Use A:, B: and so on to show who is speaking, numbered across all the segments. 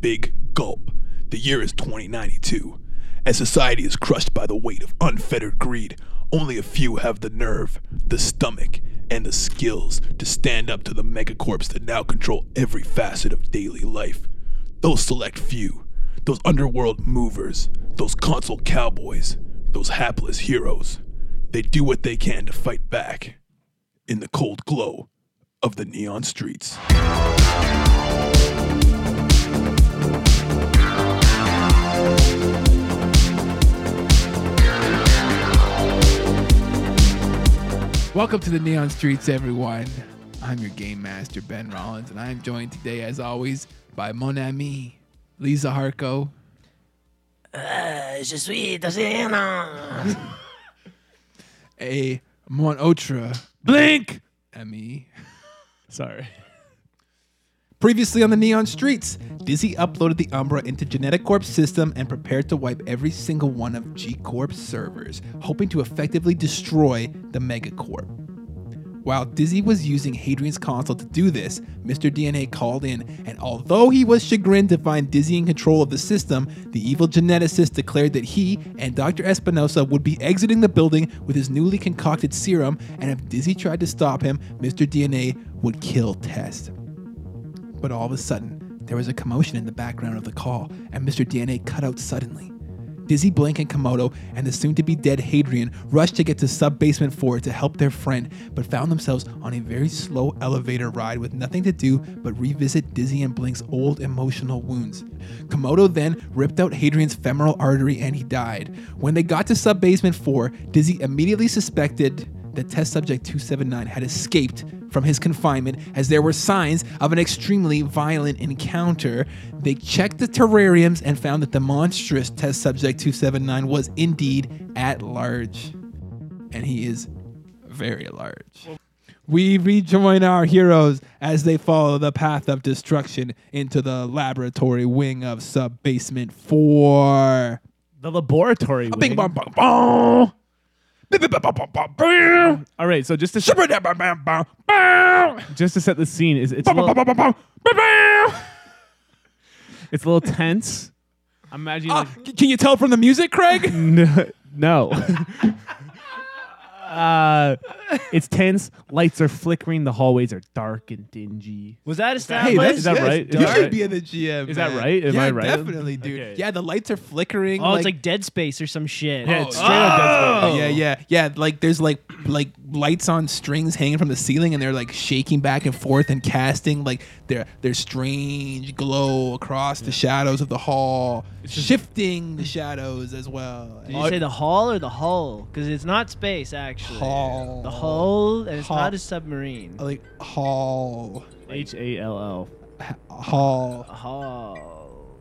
A: Big Gulp. The year is 2092. As society is crushed by the weight of unfettered greed, only a few have the nerve, the stomach, and the skills to stand up to the megacorps that now control every facet of daily life. Those select few, those underworld movers, those console cowboys, those hapless heroes, they do what they can to fight back in the cold glow of the neon streets.
B: Welcome to the Neon Streets, everyone. I'm your game master, Ben Rollins, and I'm joined today, as always, by mon ami, Lisa Harco.
C: Je suis Tatiana.
B: a mon autre blink Emmy.
D: Sorry.
B: Previously on the Neon Streets, Dizzy uploaded the Umbra into Genetic Corp's system and prepared to wipe every single one of G Corp's servers, hoping to effectively destroy the Megacorp. While Dizzy was using Hadrian's console to do this, Mr. DNA called in, and although he was chagrined to find Dizzy in control of the system, the evil geneticist declared that he and Dr. Espinosa would be exiting the building with his newly concocted serum, and if Dizzy tried to stop him, Mr. DNA would kill Test. But all of a sudden, there was a commotion in the background of the call, and Mr. DNA cut out suddenly. Dizzy Blink and Komodo and the soon to be dead Hadrian rushed to get to sub basement 4 to help their friend, but found themselves on a very slow elevator ride with nothing to do but revisit Dizzy and Blink's old emotional wounds. Komodo then ripped out Hadrian's femoral artery and he died. When they got to sub basement 4, Dizzy immediately suspected that test subject 279 had escaped from his confinement as there were signs of an extremely violent encounter. They checked the terrariums and found that the monstrous test subject 279 was indeed at large. And he is very large. We rejoin our heroes as they follow the path of destruction into the laboratory wing of sub basement 4.
D: The laboratory.
B: Bing
D: wing.
B: bong bong bong. Bing, bing, bong, bong, bong, bong, bing.
D: All right. So just to set,
B: It's
D: just to set the scene is it's a little, it's a little tense. I'm imagining.
B: Ah, c- can you tell from the music, Craig?
D: like, no. uh, it's tense. Lights are flickering. The hallways are dark and dingy.
C: Was that established?
B: Hey, that's,
D: Is that
B: yes,
D: right? Is
B: You
D: that
B: should
D: right?
B: be in the GM.
D: Is that
B: man.
D: right? Am
B: yeah,
D: I right?
B: Definitely, dude.
D: Okay.
B: Yeah, the lights are flickering.
C: oh, it's like Dead Space or some shit. Oh,
D: Yeah, it's straight up Dead Space.
B: Oh, yeah, yeah, yeah. Like there's like like lights on strings hanging from the ceiling, and they're like shaking back and forth and casting like their their strange glow across the shadows of the hall, shifting the shadows as well.
C: Did you say the hall or the hull? Because it's not space, actually.
B: Hall.
C: The hull, and it's
B: Hall. Uh,
C: not a submarine.
B: like hall
D: H A L L.
B: hall.
C: A hull.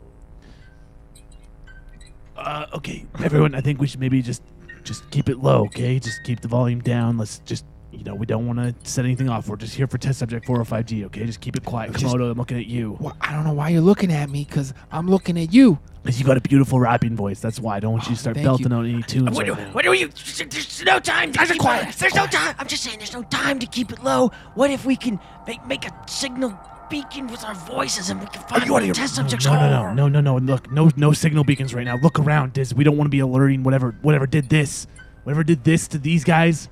D: Uh, okay, everyone. I think we should maybe just just keep it low. Okay, just keep the volume down. Let's just. You know, we don't want to set anything off. We're just here for test subject 405G, okay? Just keep it quiet.
B: Just-
D: Komodo, I'm looking at you.
B: Well, I don't know why you're looking at me because I'm looking at you.
D: Because you got a beautiful rapping voice. That's why. I don't
C: Oh,
D: want you to start
B: thank
D: belting
B: you.
D: out any tunes.
C: What
D: Right
C: do,
D: now.
C: what do you? There's no time to keep
B: quiet,
C: It. There's no time. I'm just saying, there's no time to keep it low. What if we can make make a signal beacon with our voices and we can find where the test subjects
D: No,
C: are?
D: no, no, no, no, no. Look, no, no signal beacons right now. Look around, Diz. We don't want to be alerting whatever, whatever did this, whatever did this to these guys.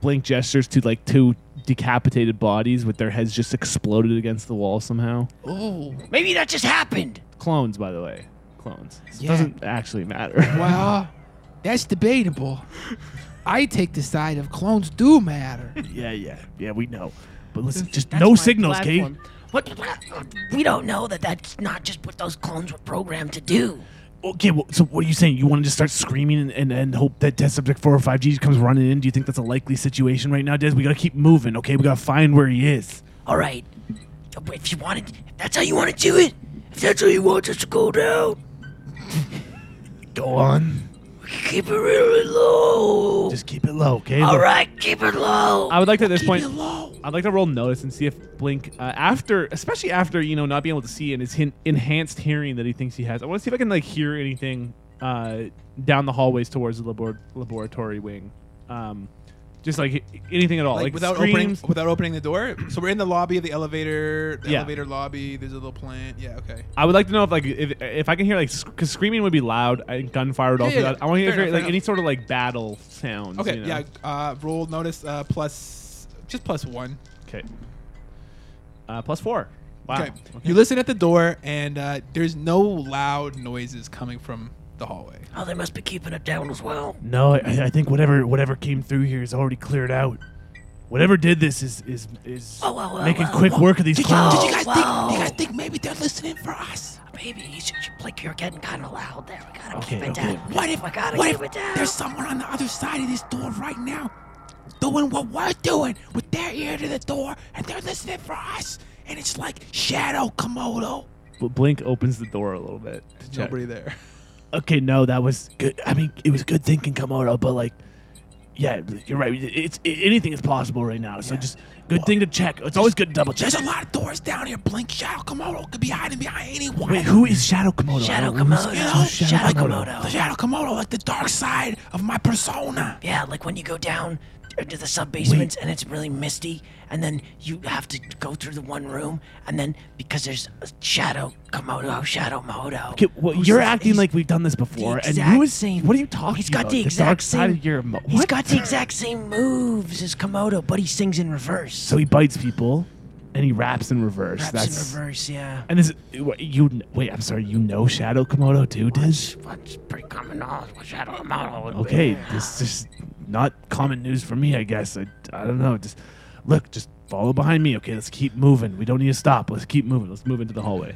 D: Blink gestures to like two decapitated bodies with their heads just exploded against the wall somehow.
B: Oh,
C: Maybe that just happened.
D: Clones, by the way, clones. It
B: Yeah.
D: doesn't actually matter.
B: well, that's debatable. I take the side of clones do matter.
D: yeah, yeah, yeah. We know, but listen, just
C: That's
D: no
C: my
D: signals, Kate.
C: platform. What, what- We don't know that that's not just what those clones were programmed to do.
D: Okay, well, so what are you saying? You want to just start screaming and, and, and hope that test subject 405G comes running in? Do you think that's a likely situation right now, Des? We got to keep moving, okay? We got to find where he is.
C: All right. If you want it, if that's how you want to do it, if that's how you want us to go down,
D: Go on.
C: keep it really low.
D: Just keep it low, okay?
C: All
D: Look-
C: right, keep it low.
D: I would like to at this
C: keep
D: point.
C: it low.
D: I'd like to roll notice and see if Blink, uh, after, especially after you know not being able to see and his hin- enhanced hearing that he thinks he has. I want to see if I can like hear anything uh, down the hallways towards the labor- laboratory wing. Um, Just like anything at all, like,
B: without
D: screams.
B: opening without opening the door. So we're in the lobby of the elevator. The
D: Yeah.
B: elevator lobby. There's a little plant. Yeah. Okay.
D: I would like to know if like if, if I can hear like because screaming would be loud and gunfire would
B: Yeah,
D: also
B: yeah,
D: be loud.
B: yeah.
D: I want to
B: Fair
D: hear
B: enough, fair
D: like any
B: enough.
D: sort of like battle sounds.
B: Okay.
D: you know?
B: Yeah. Uh, roll notice uh, plus just plus one.
D: Okay. Uh, plus four. Wow.
B: Okay. You listen at the door, and uh, there's no loud noises coming from the hallway.
C: Oh, they must be keeping it down as well.
D: No, I, I think whatever whatever came through here is already cleared out. Whatever did this is is is
C: Oh, Whoa, whoa, whoa,
D: making
C: whoa,
D: quick
C: whoa.
D: work of these clowns.
C: Did you guys think- Wow. do you guys
B: think maybe they're listening for us?
C: Maybe you should, you- like you're getting kind of loud there. We gotta
D: Okay,
C: keep it
D: okay.
C: down. we gotta keep it down?
B: someone on the other side of this door right now, doing what we're doing with their ear to the door, and they're listening for us? And it's like Shadow Komodo.
D: Bl- Blink opens the door a little bit. to check.
B: Nobody there.
D: Okay, no, that was good. I mean, it was good thinking, Komodo, but like, yeah, you're right. It's it, anything is possible right now. So just good thing to check. It's always good to double check.
B: There's a lot of doors down here. Blink Shadow Komodo could be hiding behind anyone.
D: Wait, who is Shadow Komodo? I
C: Shadow
D: don't- who's-
C: Komodo.
D: who's
C: Shadow
B: The
C: Komodo.
B: Shadow Komodo, like the dark side of my persona.
C: Yeah, like when you go down into the sub basements and it's really misty, and then you have to go through the one room, and then because there's a Shadow Komodo, Shadow Modo.
D: Okay, well,
C: who's
D: you're
C: the-
D: acting
C: he's-
D: like we've done this before,
C: the
D: and
C: exact
D: who is
C: same-
D: What are you talking
C: He's got
D: about?
C: the exact
D: dark
C: same.
D: side of your. Mo-
C: He's
D: what?
C: got the exact same moves as Komodo, but he sings in reverse.
D: So he bites people, and he raps in reverse.
C: Raps
D: That's
C: in reverse, yeah.
D: And is it, what, you kn- wait? I'm sorry. You know Shadow Komodo too, Diz?
C: What's pretty common knowledge? What Shadow Komodo would
D: Okay,
C: be.
D: this is not common news for me. I guess I, I don't know. Just look, just follow behind me. Okay, let's keep moving. We don't need to stop. Let's keep moving. Let's move into the hallway.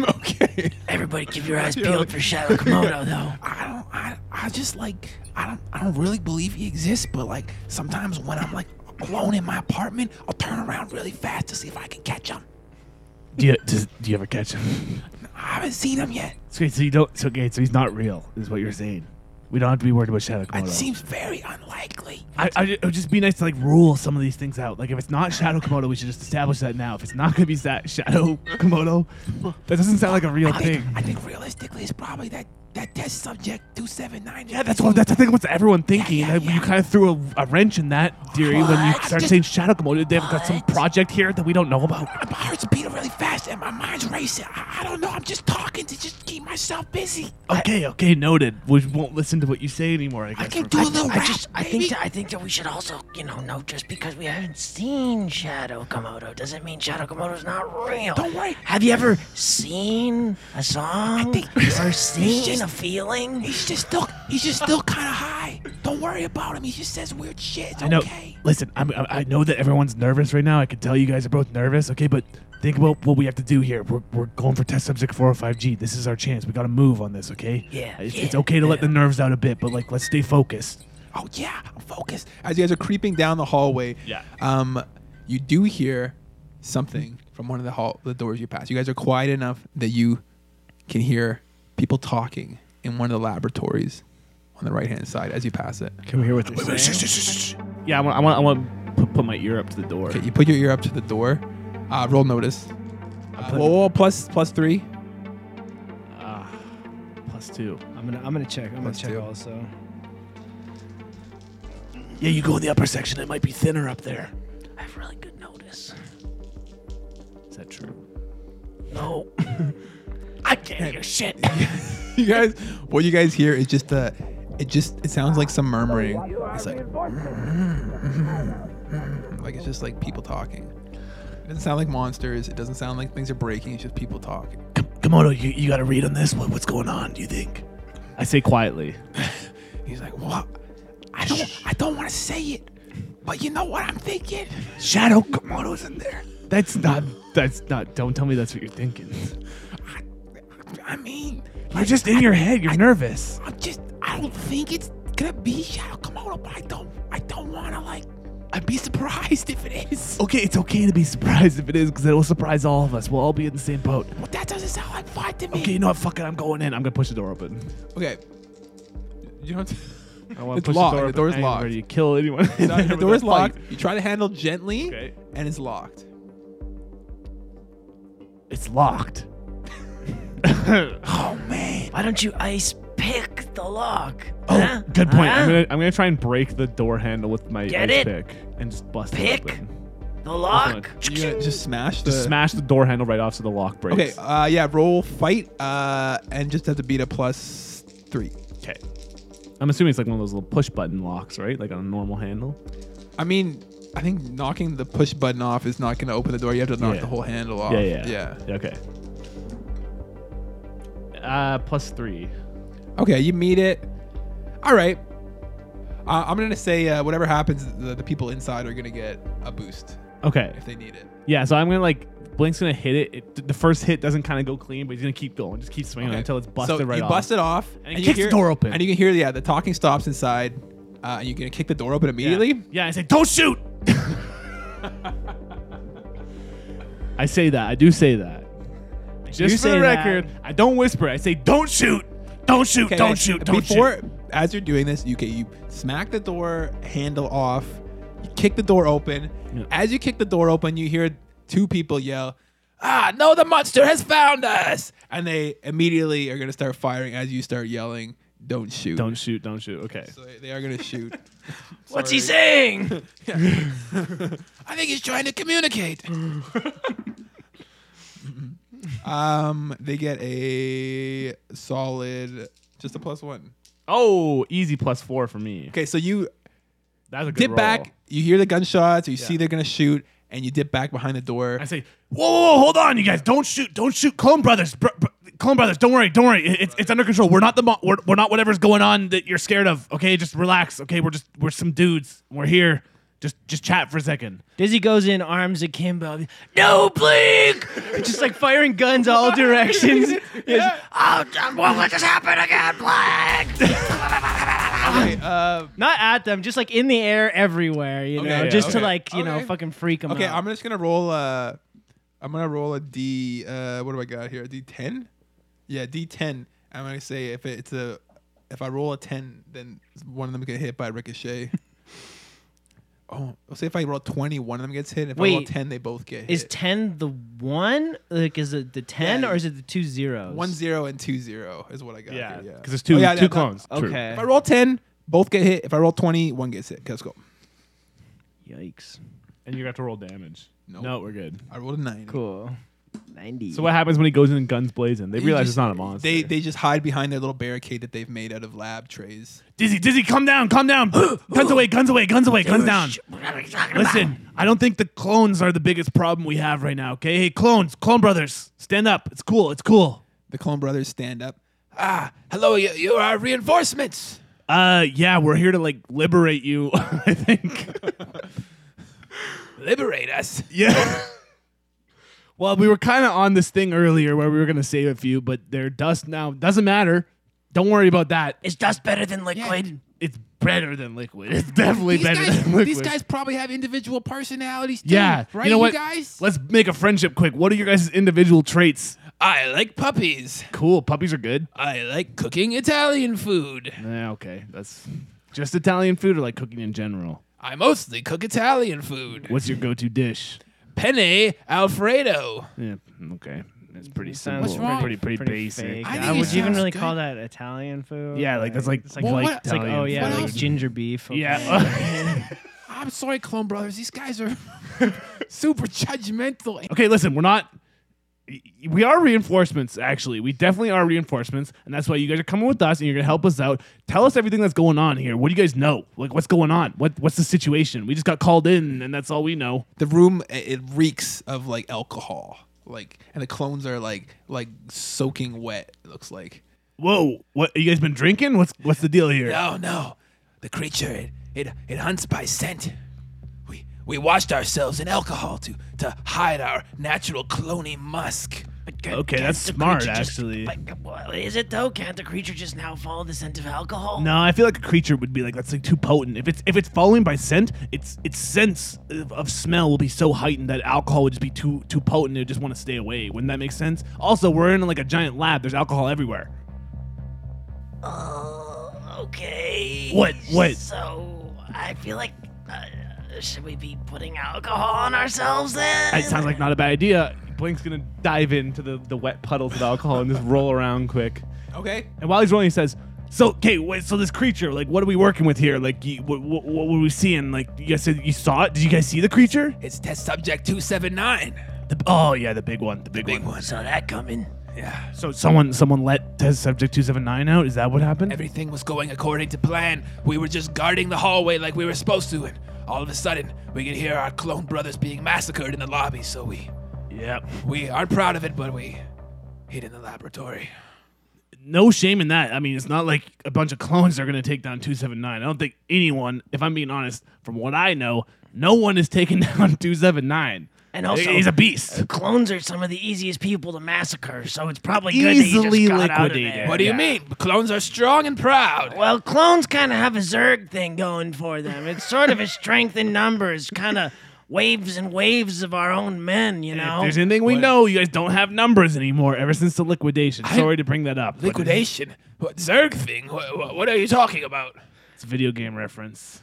B: okay.
C: Everybody, keep your eyes
B: Yeah,
C: peeled
B: like-
C: for Shadow Komodo, though.
B: I don't. I, I just like. I don't. I don't really believe he exists. But like sometimes when I'm like alone in my apartment, I'll turn around really fast to see if I can catch him.
D: Do you does, do you ever catch him?
B: I haven't seen him yet.
D: So, so you don't. So, okay, so he's not real, is what you're saying. We don't have to be worried about Shadow Komodo.
B: It seems very unlikely.
D: I, I, it would just be nice to like rule some of these things out. Like if it's not Shadow Komodo, we should just establish that now. If it's not gonna be that Shadow Komodo, that doesn't sound like a real
B: I
D: thing.
B: think, I think realistically, it's probably that that test subject two seven nine.
D: yeah, that's what that's I think what's everyone thinking.
B: yeah,
D: Like,
B: yeah.
D: You kind of threw a, a wrench in that theory when you
B: What?
D: started
B: Just-
D: saying Shadow Komodo. They've got some
C: What?
D: project here that we don't know about.
B: My heart's beating really fast and my mind's racing. I, I don't know. I'm just talking to just keep myself busy.
D: Okay, okay, noted. We won't listen to what you say anymore. I guess.
B: I can do
D: We're-
B: a little
C: I
B: rap,
C: just, I
B: baby.
C: think, that, I think that we should also, you know, know just because we haven't seen Shadow Komodo doesn't mean Shadow Komodo's not real.
B: Don't worry.
C: Have you ever seen a song
B: think-
C: or seen
B: just-
C: a feeling?
B: He's just still he's just still kind of high. Don't worry about him. He just says weird shit. It's
D: I know.
B: okay.
D: Listen, I'm, I I know that everyone's nervous right now. I can tell you guys are both nervous. Okay, but think about what we have to do here. We're, we're going for test subject 405G. This is our chance. We got to move on this, okay?
C: Yeah,
D: It's,
C: yeah,
D: it's okay to let the nerves out a bit, but like, let's stay focused.
B: Oh yeah, I'm focused. As you guys are creeping down the hallway,
D: Yeah.
B: um, you do hear something from one of the hall the doors you pass. You guys are quiet enough that you can hear people talking in one of the laboratories on the right hand side as you pass it.
D: Can we hear what they're Yeah, I want, I want, I want to put, put my ear up to the door.
B: Okay, you put your ear up to the door. Uh, roll notice. Uh, whoa, whoa, plus plus three.
D: Plus two.
E: I'm gonna I'm gonna check. I'm gonna
B: Let's
E: check
B: do it.
E: also.
D: Yeah, you go in the upper section. It might be thinner up there.
C: I have really good notice.
D: Is that true?
C: No. I can't hear shit.
B: you guys, what you guys hear is just uh it just it sounds like some murmuring. It's like, like it's just like people talking. It doesn't sound like monsters. It doesn't sound like things are breaking. It's just people talking.
D: Kom- Komodo, you, you got to read on this. What, what's going on, do you think? I say quietly.
B: He's like, what? I don't, I don't want to say it, but you know what I'm thinking.
D: Shadow
B: Komodo's in there.
D: That's not. That's not. Don't tell me that's what you're thinking.
B: I mean,
D: You're just in your head. You're nervous.
B: I'm just, I don't think it's gonna be Shadow Komodo, but I don't, I don't want to like, I'd be surprised if it is.
D: Okay, it's okay to be surprised if it is, because it'll surprise all of us. We'll all be in the same boat.
B: But that doesn't sound like fun to me.
D: Okay, you know what? Fuck it. I'm going in. I'm gonna push the door open.
B: Okay. You don't.
D: I want
B: It's locked, the door's locked.
D: Ready to kill anyone.
B: No, the door is
D: With a fight.
B: locked. You try to handle gently,
D: Okay.
B: and it's locked.
D: It's locked.
B: Oh man!
C: Why don't you ice pick the lock.
D: Oh,
C: Huh?
D: good point.
C: Huh?
D: I'm gonna I'm gonna try and break the door handle with my
C: Get
D: ice
C: it?
D: pick and just bust
C: Pick?
D: it open.
C: The lock.
B: You gonna just smash the
D: Just smash the door handle right off so the lock breaks.
B: Okay, uh, yeah, roll fight, uh, and just have to beat a plus three.
D: Okay. I'm assuming it's like one of those little push button locks, right? Like on a normal handle.
B: I mean, I think knocking the push button off is not going to open the door. You have to knock
D: Yeah.
B: the whole handle off.
D: Yeah, yeah,
B: yeah.
D: Okay. Uh, plus three.
B: Okay, you meet it. All right. Uh, I'm gonna say uh, whatever happens, the, the people inside are gonna get a boost
D: Okay.
B: if they need it.
D: Yeah. So I'm gonna like Blink's gonna hit it. it the first hit doesn't kind of go clean, but he's gonna keep going, just keep swinging
B: Okay.
D: until it's
B: So
D: busted right
B: you
D: off.
B: bust it off,
D: And kicks the door open.
B: and you can hear yeah the talking stops inside, uh, and you're gonna kick the door open immediately.
D: Yeah, I say, don't shoot. I say that. I do say that. Just
C: do
D: for
C: say
D: the
C: that.
D: record, I don't whisper. I say, don't shoot. Don't shoot.
B: Okay,
D: don't
B: guys,
D: shoot. Don't
B: before,
D: shoot.
B: as you're doing this, you okay, you smack the door handle off, you kick the door open.
D: Yeah.
B: As you kick the door open, you hear two people yell, "Ah, no, the monster has found us!" And they immediately are gonna start firing as you start yelling, "Don't shoot!"
D: Don't shoot. Don't shoot. Okay.
B: So they- they are gonna shoot.
C: What's he saying?
B: I think he's trying to communicate. um, they get a solid, just a plus one.
D: Oh, easy plus four for me.
B: Okay, so you
D: That's a good
B: dip
D: roll.
B: back. You hear the gunshots. Or you see they're gonna shoot, and you dip back behind the door.
D: I say, whoa, whoa, whoa, hold on, you guys, don't shoot, don't shoot, Clone Brothers, br- br- Clone Brothers, don't worry, don't worry, It- it's, it's under control. We're not the mo- we're, we're not whatever's going on that you're scared of. Okay, just relax. Okay, we're just we're some dudes. We're here. Just just chat for a second.
C: Dizzy goes in arms akimbo. No, Blink! just like firing guns all directions. Yes. Oh, God, won't let this happen again,
B: Okay,
C: Blink!
B: uh,
E: Not at them, just like in the air everywhere, you
B: Okay,
E: know,
B: yeah,
E: just
B: okay.
E: to like, you know,
B: Okay.
E: fucking freak them
B: okay,
E: out.
B: I'm just gonna roll a. I'm gonna roll a D. Uh, what do I got here? A D10. Yeah, D10. I'm gonna say if it's a, if I roll a 10, then one of them get hit by ricochet. oh, let's say if I roll 20, one of them gets hit. If I roll
E: Wait.
B: 10, they both get hit.
E: is 10 the one? Like, is it the 10
B: Yeah.
E: or is it the two zeros?
B: one zero and two zero is what I got. here, yeah.
D: because there's
B: Oh,
D: two
B: yeah, that-
D: two
B: that-
D: clones. True.
E: Okay.
B: If I roll 10, both get hit. If I roll 20, one gets hit. Okay, let's go.
E: Yikes.
D: and you got to roll damage.
B: Nope. No,
D: we're good.
B: I rolled a nine.
E: Cool. 90.
D: So what happens when he goes in and guns blazing? They
B: You
D: realize
B: just-
D: it's not a monster.
B: They they just hide behind their little barricade that they've made out of lab trays.
D: Dizzy, Dizzy, calm down, calm down. guns away, guns away, guns away, guns down.
C: What are you talking about?
D: Listen, I don't think the clones are the biggest problem we have right now, okay? Hey, clones, clone brothers, stand up. It's cool, it's cool.
B: The Clone Brothers stand up. Ah, hello, you, you are reinforcements.
D: Uh, yeah, we're here to like liberate you, I think.
B: Liberate us.
D: yeah. well, we were kind of on this thing earlier where we were going to save a few, but they're dust now. Doesn't matter. Don't worry about that.
C: Is dust better than liquid?
D: It's better than liquid. It's definitely
B: These
D: better
B: guys,
D: than liquid.
B: these guys probably have individual personalities too.
D: yeah,
B: right,
D: you know what?
B: guys.
D: Let's make a friendship quick. What are your guys' individual traits?
B: I like puppies.
D: Cool, puppies are good.
B: I like cooking Italian food.
D: Yeah, okay, that's just Italian food or like cooking in general.
B: I mostly cook Italian food.
D: What's your go-to dish?
B: Penne Alfredo.
D: Yeah, okay, that's pretty simple.
E: sounds
B: What's wrong?
D: Pretty pretty,
E: Pretty
D: basic.
E: fake.
B: I
E: Uh,
B: think it
E: would you even
B: sounds
E: really
B: good.
E: call that Italian food?
D: Yeah, like that's like
B: Well,
D: like
B: what- It's
E: It's like, oh, yeah,
B: What
E: like
B: else?
E: ginger beef. okay.
D: yeah.
B: I'm sorry, Clone Brothers. These guys are super judgmental.
D: okay, listen, we're not. We are reinforcements, actually. We definitely are reinforcements, and that's why you guys are coming with us, and you're gonna help us out. Tell us everything that's going on here. What do you guys know? Like, what's going on? What What's the situation? We just got called in, and that's all we know.
B: The room i- it reeks of like alcohol, like, and the clones are like like soaking wet. It looks like.
D: Whoa, what you guys been drinking? What's What's the deal here?
B: Oh no, the creature it it, it hunts by scent. We we washed ourselves in alcohol to to hide our natural clony musk.
C: But c-
D: Okay,
C: can't
D: that's
C: the
D: smart,
C: creature just-
D: actually.
C: but, well, is it though? Can't the creature just now follow the scent of alcohol?
D: No, I feel like a creature would be like that's like too potent. If it's if it's following by scent, its its sense of, of smell will be so heightened that alcohol would just be too too potent. It would just want to stay away. Wouldn't that make sense? Also, we're in like a giant lab. There's alcohol everywhere.
C: Oh, okay.
D: What- what?
C: So I feel like uh, should we be putting alcohol on ourselves then?
D: It sounds like not a bad idea. Blink's gonna dive into the the wet puddles of alcohol and just roll around quick.
B: Okay.
D: And while he's rolling, he says, So okay, wait, so this creature, like, what are we working with here? Like, you, what, what, what were we seeing? Like, you guys said you saw it. Did you guys see the creature?
B: It's test subject 279.
D: The- oh yeah, the big one, the big,
B: Big
D: one.
B: one.
C: Saw that coming.
B: Yeah.
D: So someone, someone let test subject two seven nine out. Is that what happened?
B: Everything was going according to plan. We were just guarding the hallway like we were supposed to, and all of a sudden, we could hear our clone brothers being massacred in the lobby, so we
D: yeah.
B: we aren't proud of it, but we hid in the laboratory.
D: No shame in that. I mean, it's not like a bunch of clones are gonna take down two seven nine. I don't think anyone, if I'm being honest, from what I know, no one is taking down two seven nine.
C: And also-
D: he's a beast.
C: Clones are some of the easiest people to massacre, so it's probably good that
D: Easily
C: he just got out of
D: liquidated.
C: there.
B: What do you
D: Yeah.
B: mean? Clones are strong and proud.
C: Well, clones kind of have a Zerg thing going for them. It's sort of a strength in numbers, kind of waves and waves of our own men, you
D: If
C: know?
D: there's anything we
B: What-
D: know, you guys don't have numbers anymore ever since the liquidation. Sorry to bring that up. but
B: Liquidation? What Zerg thing? What, what are you talking about?
D: It's a video game reference.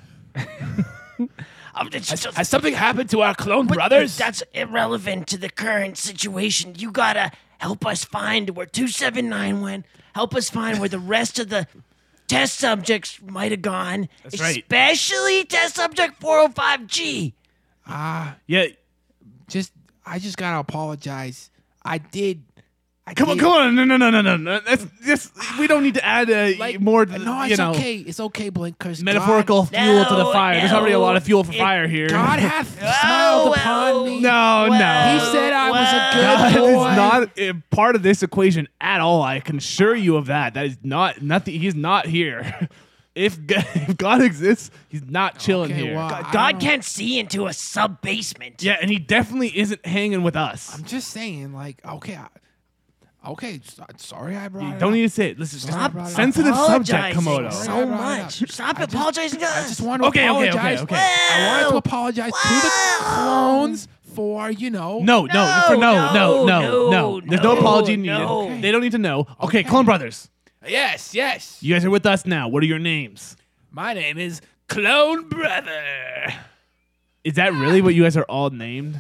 C: Um, it's
B: Has,
C: just-
B: has something happened to our clone
C: but
B: brothers?
C: That's irrelevant to the current situation. You gotta help us find where 279 went, help us find where the rest of the test subjects might have gone,
D: That's right.
C: especially test subject 405G.
D: Yeah.
B: just I just gotta apologize. I did. I
D: Come on,
B: did-
D: come on. No, no, no, no, no, no. That's just we don't need to add uh,
B: Like,
D: more. To, the-
B: no,
D: you
B: it's
D: know,
B: okay. It's okay, Blink. Cause
D: Metaphorical fuel to the
C: No,
D: fire. There's already a lot of fuel for
C: no, it-
D: fire here.
B: God, God hath smiled upon me.
D: no,
B: He
D: no.
B: said I was a good
D: God
B: boy.
D: is not a part of this equation at all. I can assure you of that. That is not nothing. He's not here. If God, if God exists, he's not chilling
B: Okay,
D: here.
B: well, I
C: God
B: don't-
C: can't see into a sub basement.
D: Yeah, and he definitely isn't hanging with us.
B: I'm just saying, like, okay, I, okay. so- Sorry, I brought.
D: You
B: it
D: don't
B: up.
D: need to say it. This is just
B: Stop
D: a sensitive subject,
C: apologizing
D: Komodo.
B: Right,
C: So
B: right, right.
C: much. Stop
B: I just-
C: apologizing to us.
B: I just want to
D: Okay, okay, okay,
B: apologize.
D: okay.
B: I wanted to
C: Wow.
B: apologize to the
C: Wow.
B: clones for you know.
D: No, no,
C: No,
D: for no, no, no,
C: no,
D: no.
C: no,
D: There's no
C: no,
D: apology needed.
C: no.
D: They don't need to know. Okay, Clone Brothers,
B: Yes, yes.
D: you guys are with us now. What are your names?
B: My name is Clone Brother.
D: Is that really what you guys are all named?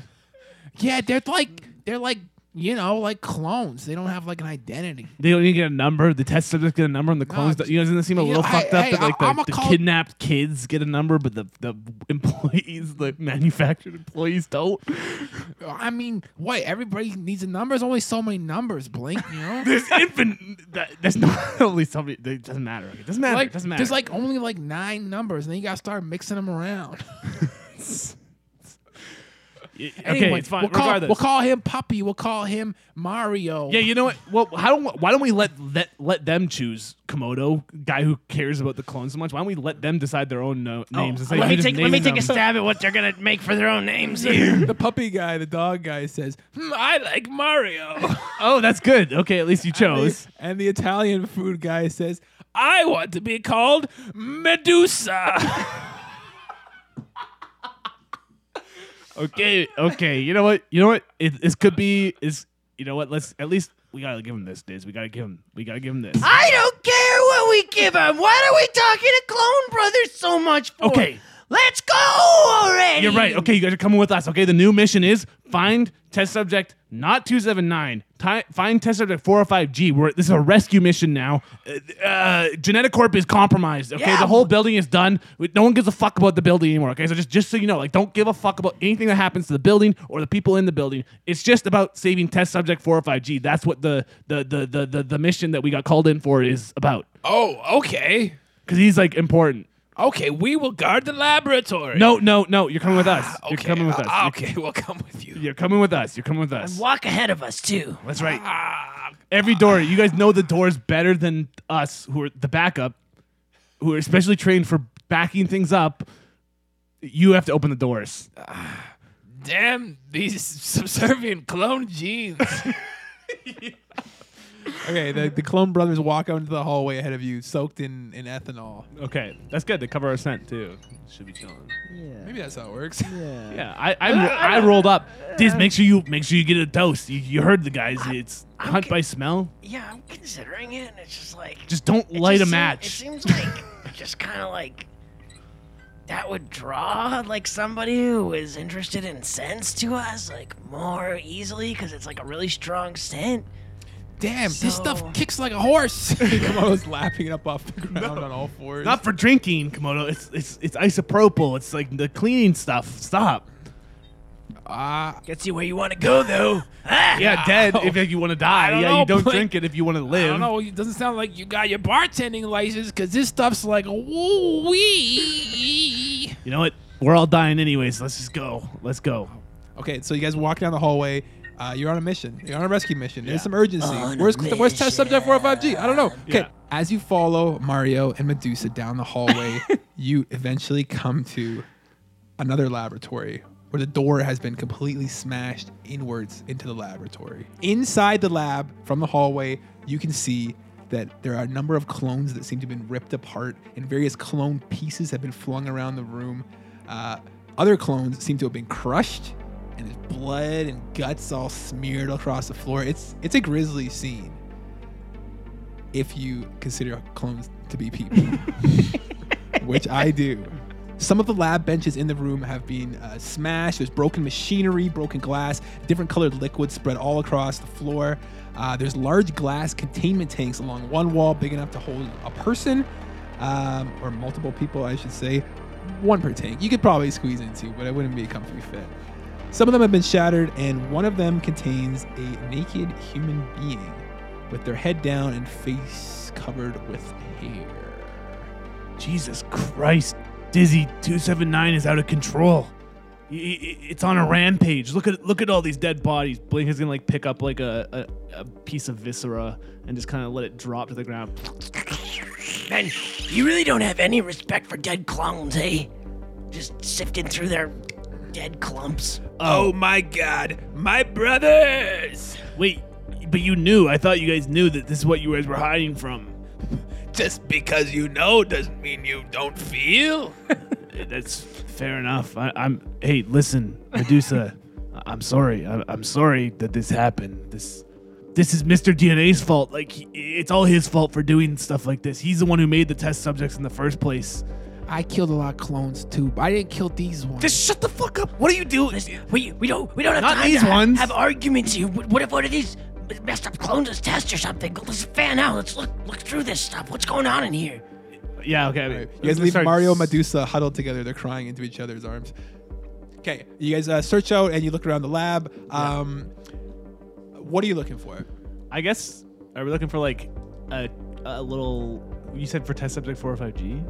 B: Yeah, they're like they're like you know like clones. They don't have like an identity.
D: They don't even get a number. The test subjects get a number, and the clones.
B: it's-
D: you guys doesn't seem a
B: you
D: little
B: know,
D: fucked
B: hey,
D: up
B: hey,
D: that like
B: I- I'm
D: the,
B: a
D: the
B: col-
D: kidnapped kids get a number, but the the employees, the manufactured employees, don't.
B: I mean, what? Everybody needs a number. There's only so many numbers, Blink. You know.
D: There's infant. That, that's not only somebody. It doesn't matter. It doesn't matter.
B: Like,
D: it doesn't matter.
B: there's like only like nine numbers, and then you gotta start mixing them around.
D: Y- okay,
B: Anyway,
D: it's fine.
B: We'll call,
D: Regardless.
B: we'll call him Puppy. We'll call him Mario.
D: Yeah, you know what? Well, how don't, why don't we let, let let them choose Komodo, guy who cares about the clones so much? Why don't we let them decide their own no,
B: Oh,
D: names? instead of
C: let me
D: you just
C: take let me
D: naming
C: take a
D: them?
C: stab at what they're gonna make for their own names here.
B: The puppy guy, the dog guy says, hmm, "I like Mario."
D: Oh, that's good. Okay, at least you chose.
B: and the Italian food guy says, "I want to be called Medusa."
D: okay, okay. You know what? You know what? It, this could be is. You know what? Let's at least we gotta give him this, Diz. We gotta give him. We gotta give him this.
C: I don't care what we give them. Why are we talking to Clone Brothers so much for?
D: Okay.
C: Let's go already.
D: You're right. Okay, you guys are coming with us. Okay, the new mission is find test subject not 279. Ti- find test subject 405G. We're this is a rescue mission now. Uh, uh, Genetic Corp is compromised. Okay,
C: Yeah.
D: the whole building is done. We- No one gives a fuck about the building anymore. Okay, so just just so you know, like don't give a fuck about anything that happens to the building or the people in the building. It's just about saving test subject 405G. That's what the the the the the, the mission that we got called in for is about.
B: oh, okay,
D: Because he's like important.
B: okay. We will guard the laboratory.
D: No, no, no. You're coming with us. You're
B: Okay,
D: coming with
B: uh,
D: us.
B: okay, we'll come with you.
D: You're coming with us. You're coming with us.
C: Walk ahead of us too.
D: That's right. Every door. You guys know the doors better than us, who are the backup, who are especially trained for backing things up. You have to open the doors.
B: Damn these subservient clone genes. okay, the, the clone brothers walk out into the hallway ahead of you, soaked in, in ethanol.
D: Okay, that's good. They cover our scent too. Should be chilling.
E: Yeah.
B: Maybe that's how it works.
D: Yeah, I I, I rolled up. Diz, make sure you make sure you get a dose. You, you heard the guys. It's hunt by smell.
C: Yeah, I'm considering it. and It's just like
D: Just don't
C: it
D: light
C: just
D: a
C: seem-
D: match.
C: It seems like just kind of like that would draw like somebody who is interested in scents to us like more easily because it's like a really strong scent.
B: Damn, this
C: So-
B: stuff kicks like a horse. Komodo's lapping it up off the ground on all fours.
D: Not for drinking, Komodo. It's it's it's isopropyl. It's like the cleaning stuff. Stop.
B: Ah,
C: Gets you where you want to go, though. Ah.
D: Yeah, dead if you want to die.
B: don't
D: yeah,
B: know,
D: you don't
B: Blake.
D: drink it if you want to live.
B: I don't know. It doesn't sound like you got your bartending license because this stuff's like woo wee.
D: You know what? We're all dying anyways. Let's just go. Let's go.
B: Okay, so you guys walk down the hallway. Uh, you're on a mission. You're on a rescue mission. There's
D: Yeah.
B: some urgency.
C: On a
B: where's where's test subject 405G? I don't know. Okay,
D: Yeah.
B: as you follow Mario and Medusa down the hallway, you eventually come to another laboratory where the door has been completely smashed inwards into the laboratory. Inside the lab, from the hallway, you can see that there are a number of clones that seem to have been ripped apart, and various clone pieces have been flung around the room. Uh, other clones seem to have been crushed, and there's blood and guts all smeared across the floor. It's it's a grisly scene. If you consider clones to be people which I do. Some of the lab benches in the room have been uh, smashed. There's broken machinery, broken glass, different colored liquids spread all across the floor. Uh, there's large glass containment tanks along one wall, big enough to hold a person um, or multiple people, I should say. One per tank. You could probably squeeze into, but it wouldn't be a comfy fit. Some of them have been shattered, and one of them contains a naked human being with their head down and face covered with hair.
D: Jesus Christ. Dizzy 279 is out of control. I- I- It's on a rampage. Look at look at all these dead bodies. Blink is gonna like pick up like a, a, a piece of viscera and just kind of let it drop to the ground.
C: Man, you really don't have any respect for dead clones, eh? Just sifting through their dead clumps.
A: Oh my god, my brothers!
D: Wait, but you knew. I thought you guys knew that this is what you guys were hiding from.
A: Just because you know doesn't mean you don't feel.
D: That's fair enough. I, I'm. Hey, listen, Medusa. I- I'm sorry. I, I'm sorry that this happened. This, this is Mr. DNA's fault. Like, he, it's all his fault for doing stuff like this. He's the one who made the test subjects in the first place.
B: I killed a lot of clones too, but I didn't kill these ones.
A: Just shut the fuck up. What are you doing?
C: We we don't we don't have
D: Not
C: time
D: these
C: to ha-
D: ones.
C: have arguments here. Wh- What if one of these messed up clones is test or something? Let's fan out. Let's look look through this stuff. What's going on in here?
D: Yeah. Okay.
B: you guys leave Mario and Medusa huddled together. They're crying into each other's arms. Okay, you guys uh, search out and you look around the lab. Um, What are you looking for?
D: I guess. Are we looking for like a, a little? You said for test subject four or five G.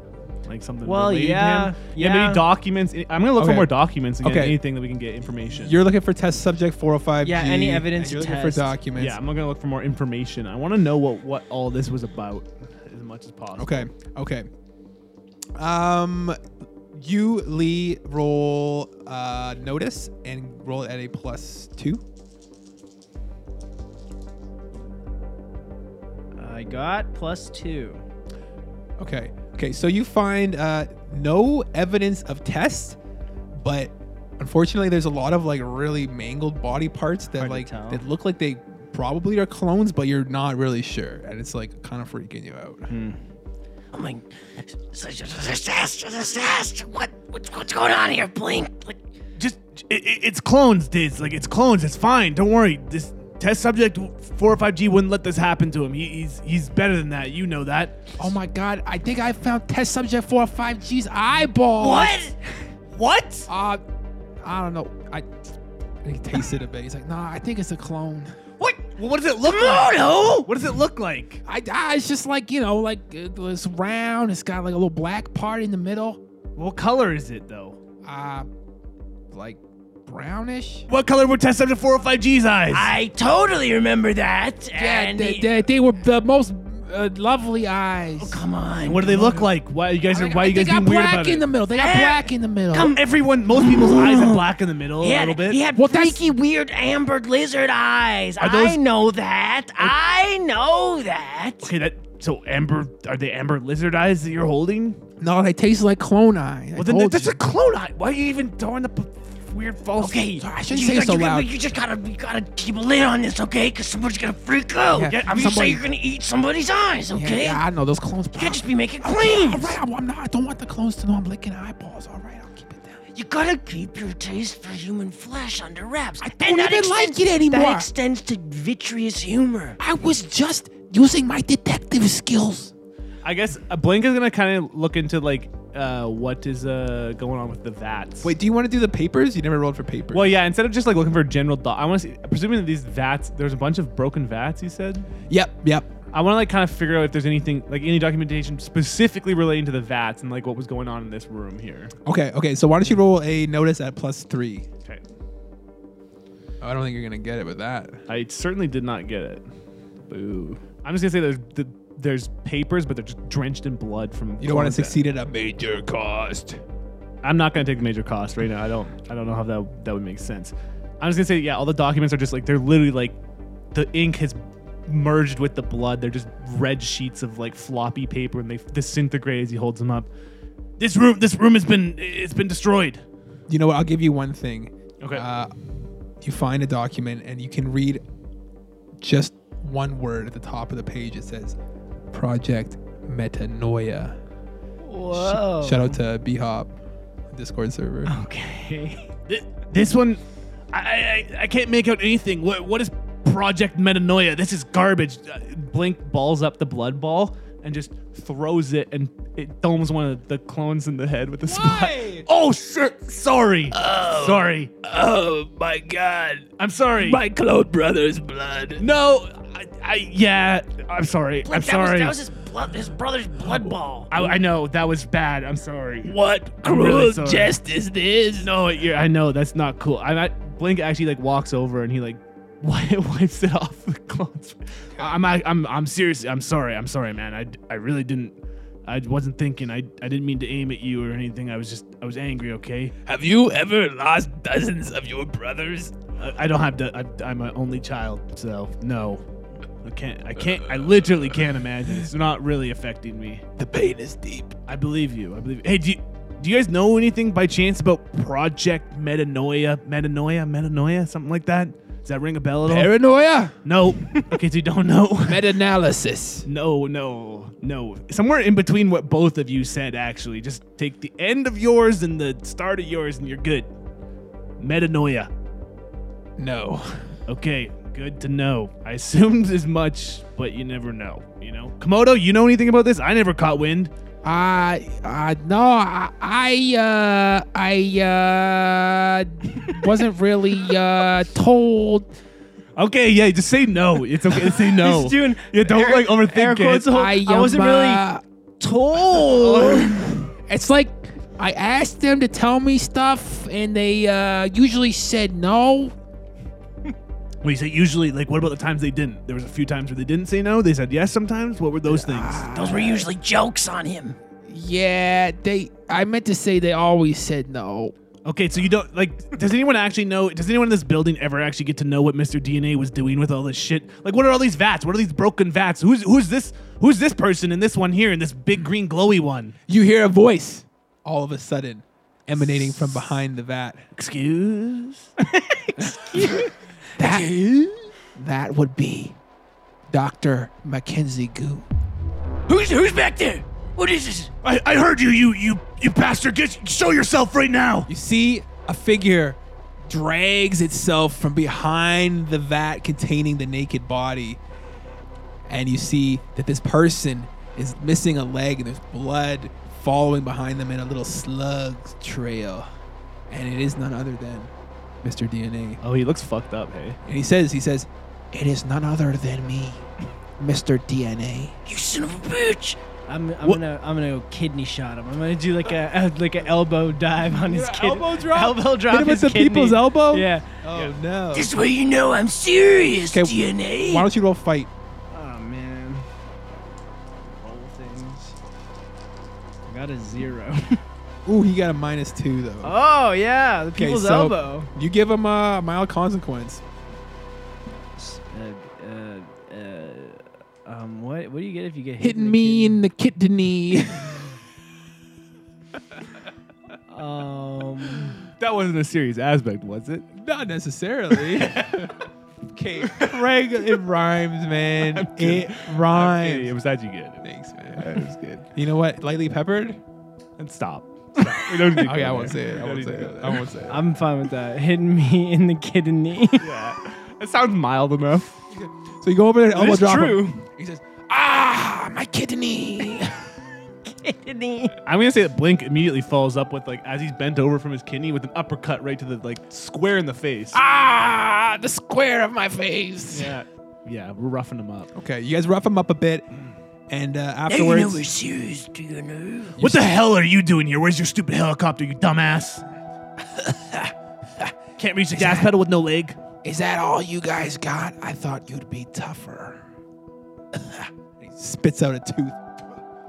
D: Like something.
E: Well,
D: related to
E: yeah,
D: him? yeah. Maybe
E: yeah.
D: documents. eh, I'm gonna look
B: Okay.
D: for more documents again.
B: Okay.
D: Anything that we can get information.
B: You're looking for test subject 405.
E: Yeah, any evidence
B: You're
E: of
B: looking
E: test.
B: for documents.
D: Yeah, I'm gonna look for more information. I want to know what what all this was about as much as possible.
B: Okay. Okay. Um, you Lee roll uh, notice and roll it at a plus two.
E: I got plus two.
B: Okay. Okay. So you find uh, no evidence of test, but unfortunately, there's a lot of like really mangled body parts that
E: Hard to
B: like
E: tell.
B: that look like they probably are clones, but you're not really sure, and it's like kind of freaking you out.
E: Hmm.
C: I'm like, Oh such a disaster, disaster. What what's, what's going on here? Blink. What,
D: Just it, it- it's clones, Diz. Like it's clones. It's fine. Don't worry. This test subject four or five G wouldn't let this happen to him. He, he's he's better than that. You know that.
B: Oh my god! I think I found test subject four five G's eyeball.
C: what?
D: What?
B: Uh, I don't know. I. And he tasted a bit. He's like, nah, I think it's a clone.
D: What? Well, what does it look
C: Komodo?
D: What does it look like?
B: I, I, it's just like, you know, like it- it's round. It's got like a little black part in the middle.
D: What color is it though?
B: uh, like brownish.
D: What color were test subject four or five G's eyes?
C: I totally remember that.
B: Yeah,
C: and
B: they,
C: he-
B: they, they were the most uh, lovely eyes.
C: come on.
D: what do they look like? Why you guys are? Why you
B: Oh, they
D: guys being
B: got
D: weird
B: black
D: about
B: in
D: it?
B: the middle. They got
C: Eh,
B: black in the middle.
D: Everyone, most people's eyes are black in the middle
C: He
D: a
C: had,
D: little bit.
C: He had
B: Well, that's-
C: freaky, weird, ambered lizard eyes. I
D: those-
C: know that. I know that.
D: Okay, that so amber are they amber lizard eyes that you're holding?
B: no, they taste like clone eye. I
D: Well, then
B: told
D: that's
B: you.
D: a clone eye. Why are you even throwing up a weird false?
C: Okay,
B: I shouldn't
C: you,
B: say it so
C: you,
B: loud.
C: You just gotta, you gotta keep a lid on this, okay? Because somebody's gonna freak out.
B: Yeah,
C: Yeah, I mean, you
B: somebody-
C: say you're gonna eat somebody's eyes,
B: Yeah,
C: okay?
B: yeah, I know those clones.
C: You can't just be making
B: All
C: claims.
B: right, I'm, I'm not. I don't want the clones to know I'm licking eyeballs. All right, I'll keep it down.
C: You gotta keep your taste for human flesh under wraps. I
B: don't even like it anymore.
C: That extends to vitreous humor.
B: I was just using my detective skills.
D: I guess uh, Blink is gonna kind of look into like uh, what is uh, going on with the vats.
B: Wait, do you want to do the papers? You never rolled for papers.
D: Well, yeah. Instead of just like looking for general, do- I want to. see Presuming that these vats, there's a bunch of broken vats. You said.
B: Yep, yep.
D: I want to like kind of figure out if there's anything like any documentation specifically relating to the vats and like what was going on in this room here.
B: Okay, okay. So why don't you roll a notice at plus three?
D: Okay.
B: Oh, I don't think you're gonna get it with that.
D: I certainly did not get it. Boo. I'm just gonna say there's the, there's papers, but they're just drenched in blood from.
B: You don't want to
D: Klondike.
B: succeed at a major cost.
D: I'm not gonna take the major cost right now. I don't. I don't know how that that would make sense. I'm just gonna say yeah. All the documents are just like they're literally like the ink has merged with the blood. They're just red sheets of like floppy paper, and they disintegrate as he holds them up. This room, this room has been it's been destroyed.
B: You know what? I'll give you one thing.
D: Okay.
B: Uh, you find a document and you can read just one word at the top of the page. It says Project Metanoia.
E: Whoa.
B: Shout out to B Hop Discord server.
E: Okay.
D: Th- this one, I, I I can't make out anything. What what is Project Metanoia? This is garbage. Uh, Blink balls up the blood ball and just throws it, and it domes one of the clones in the head with a spot. Oh shit! Sorry, sorry.
A: Oh my god.
D: I'm sorry.
A: My clone brother's blood.
D: no, I, I yeah. I'm sorry. I'm
C: Blink, that
D: sorry.
C: Was, that was his, blood, his brother's blood ball.
D: I, I know that was bad. I'm sorry.
A: What
D: I'm
A: cruel
D: really sorry.
A: jest is this?
D: No, yeah, I know that's not cool. I'm at Blink actually like walks over and he like wi- wipes it off the clones. I'm I, I'm I'm serious. I'm sorry. I'm sorry, man. I, I really didn't. I wasn't thinking. I I didn't mean to aim at you or anything. I was just I was angry. Okay.
A: Have you ever lost dozens of your brothers?
D: I, I don't have to. I, I'm an only child, so no. I can't. I can't. I literally can't imagine. It's not really affecting me.
A: Uh. The pain is deep.
D: I believe you. I believe. Hey, do you, do you guys know anything by chance about Project Metanoia? Metanoia? Metanoia? Something like that? Does that ring a bell at all?
B: Paranoia.
D: no. okay, so you don't know.
B: Meta analysis.
D: No, no, no. Somewhere in between what both of you said, actually. Just take the end of yours and the start of yours, and you're good. Metanoia.
B: No.
D: Okay, good to know. I assumed as much, but you never know. You know, Komodo, you know anything about this? I never caught wind.
B: Uh, uh no, I, I uh, I uh, wasn't really uh told.
D: Okay, yeah, just say no. It's okay to say no.
E: He's doing
D: yeah, don't
E: air-
D: like overthink
E: air quotes
D: it.
E: the whole-
B: I,
E: I wasn't
B: am,
E: really
B: uh,
E: Told.
B: It's like I asked them to tell me stuff, and they uh usually said no.
D: Well, you say usually, like, what about the times they didn't? There was a few times where they didn't say no. They said yes sometimes. What were those
B: Uh,
D: things?
C: Those were usually jokes on him.
B: Yeah, they. I meant to say they always said no.
D: Okay, so you don't like. Does anyone actually know? Does anyone in this building ever actually get to know what Mr. DNA was doing with all this shit? Like, what are all these vats? What are these broken vats? Who's who's this? Who's this person and this one here and this big green glowy one?
B: You hear a voice all of a sudden emanating from behind the vat.
D: Excuse.
B: That, that would be Dr. Mackenzie Goo.
C: Who's who's back there? What is this?
D: I, I heard you, you you you bastard. Get show yourself right now.
B: You see a figure drags itself from behind the vat containing the naked body. And you see that this person is missing a leg and there's blood following behind them in a little slug trail. And it is none other than Mr. DNA.
D: Oh, he looks fucked up. Hey.
B: And he says, he says, it is none other than me, Mr. DNA.
C: You son of a bitch!
E: I'm, I'm gonna I'm gonna go kidney shot him. I'm gonna do like a, a like an elbow dive on his kidney.
D: elbow drop?
E: Elbow drop.
B: Hit him with
E: his
B: the
E: kidney.
B: people's elbow?
E: Yeah.
B: Oh no.
C: This way you know I'm serious,
B: Okay,
C: DNA.
B: Why don't you roll fight?
E: Oh man. Whole things. I got a zero.
B: Ooh, he got a minus two though.
E: oh yeah, the
B: Okay,
E: people's
B: so
E: elbow.
B: You give him a mild consequence.
E: Uh, uh, uh, um, what what do you get if you get hit in
B: Hitting
E: the
B: me
E: kidney?
B: in the kidney.
E: Um,
D: That wasn't a serious aspect, was it?
B: Not necessarily. okay, Craig, it rhymes, man. It rhymes.
D: was that you good.
B: Thanks, man.
D: That was good.
B: You know what? Lightly peppered?
D: And stop. We don't need to
B: Okay,
D: go
B: Oh, I won't say
D: there.
B: it. I
D: We
B: won't say
D: don't need to
B: it.
D: go
B: I won't say it.
E: I'm fine with that. Hitting me in the kidney.
D: there. It sounds mild enough.
B: So you go over there, elbow
E: It's
B: drop him.
E: true.
B: He says, "Ah, my kidney."
E: Kidney.
D: I'm gonna say that Blink immediately follows up with like as he's bent over from his kidney with an uppercut right to the like square in the face.
B: ah, the square of my face.
D: Yeah, yeah, we're roughing him up.
B: Okay, you guys rough him up a bit, and uh,
C: Now you know
B: afterwards,
C: we're serious, do you know?
D: What the hell are you doing here? Where's your stupid helicopter, you dumbass? Can't reach the gas pedal with no leg.
B: is that all you guys got? I thought you'd be tougher. he spits out a tooth.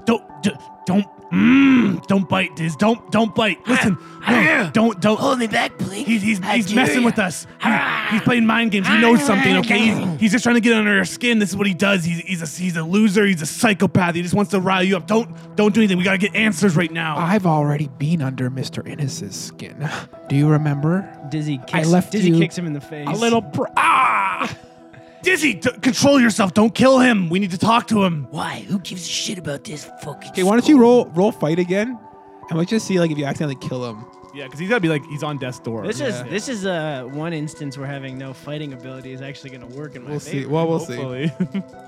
D: Don't, d- don't, mm, don't bite, Diz. Don't, don't bite. Listen, no, don't, don't.
C: Hold me back, Blink.
D: He's, he's,
C: I
D: he's
C: dare
D: messing
C: ya.
D: with us. He's, he's playing mind games. He
E: Ah,
D: knows something, okay? He's, he's just trying to get under your skin. This is what he does. He's, he's, a, he's a loser. He's a psychopath. He just wants to rile you up. Don't don't do anything. We got to get answers right now.
E: Ah,
B: I've already been under Mr. Innes's skin. Do you remember?
E: Dizzy kicks,
B: left
E: Dizzy
B: you
E: kicks him in the face.
B: A little. Pr-
D: ah! Dizzy, d- control yourself. Don't kill him. We need to talk to him.
C: Why? Who gives a shit about this fucking
B: okay, why don't you roll roll fight again, and let's just see like if you accidentally kill him.
D: Yeah, because he's got to be like, he's on death's door.
E: This is this is uh, one instance where having no fighting ability is actually going to work in my
B: We'll see.
E: favor.
B: Well, we'll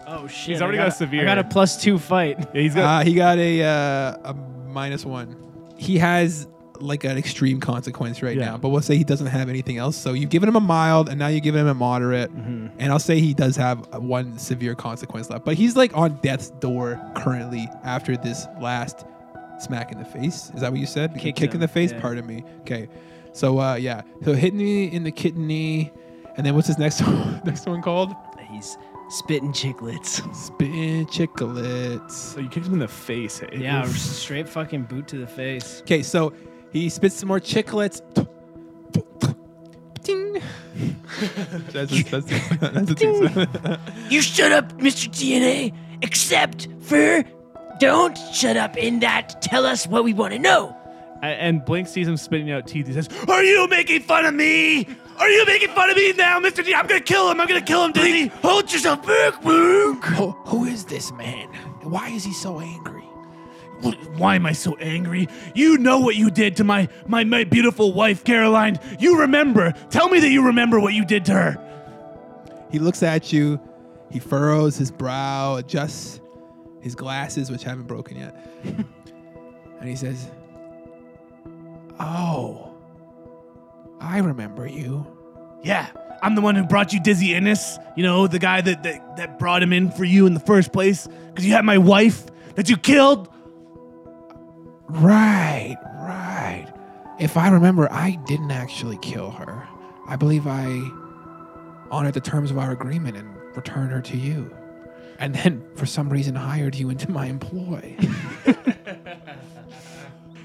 E: Oh shit!
D: He's already
E: I
D: got a
E: got,
D: severe.
E: I got a plus two fight.
D: yeah, he's
B: see. Uh, he got a uh, a minus one. He has like an extreme consequence right
D: Yeah.
B: now, but we'll say he doesn't have anything else. So you've given him a mild, and now you're giving him a moderate,
E: Mm-hmm.
B: and I'll say he does have uh, one severe consequence left. But he's like on death's door currently after this last smack in the face. Is that what you said?
E: Kick
B: kick in
E: him,
B: the face.
E: yeah.
B: Pardon me. Okay. So uh, yeah. So hitting me in the kidney, and then what's his next one? next one called?
E: He's spitting chicklets.
B: Spin chicklets.
D: so Oh, you kicked him in the face. Hey?
E: Yeah, straight fucking boot to the face.
B: Okay, so he spits some more chiclets. Ding. that's his, that's his, that's his two cents.
C: You shut up, Mr. DNA, except for don't shut up in that tell us what we want to know.
D: A- And Blink sees him spitting out teeth. He says, "Are you making fun of me? Are you making fun of me now, Mister D? I'm gonna kill him. I'm gonna kill him, Dizzy. Hold yourself back, Blink.
B: Who- who is this man? Why is he so angry?
D: Wh- Why am I so angry? You know what you did to my my my beautiful wife, Caroline. You remember? Tell me that you remember what you did to her.
B: He looks at you. He furrows his brow, adjusts his glasses, which haven't broken yet. and he says, Oh, I remember you.
D: Yeah." I'm the one who brought you Dizzy Innes, you know, the guy that, that, that brought him in for you in the first place, because you had my wife that you killed.
B: Right, right. If I remember, I didn't actually kill her. I believe I honored the terms of our agreement and returned her to you. And then, for some reason, hired you into my employ.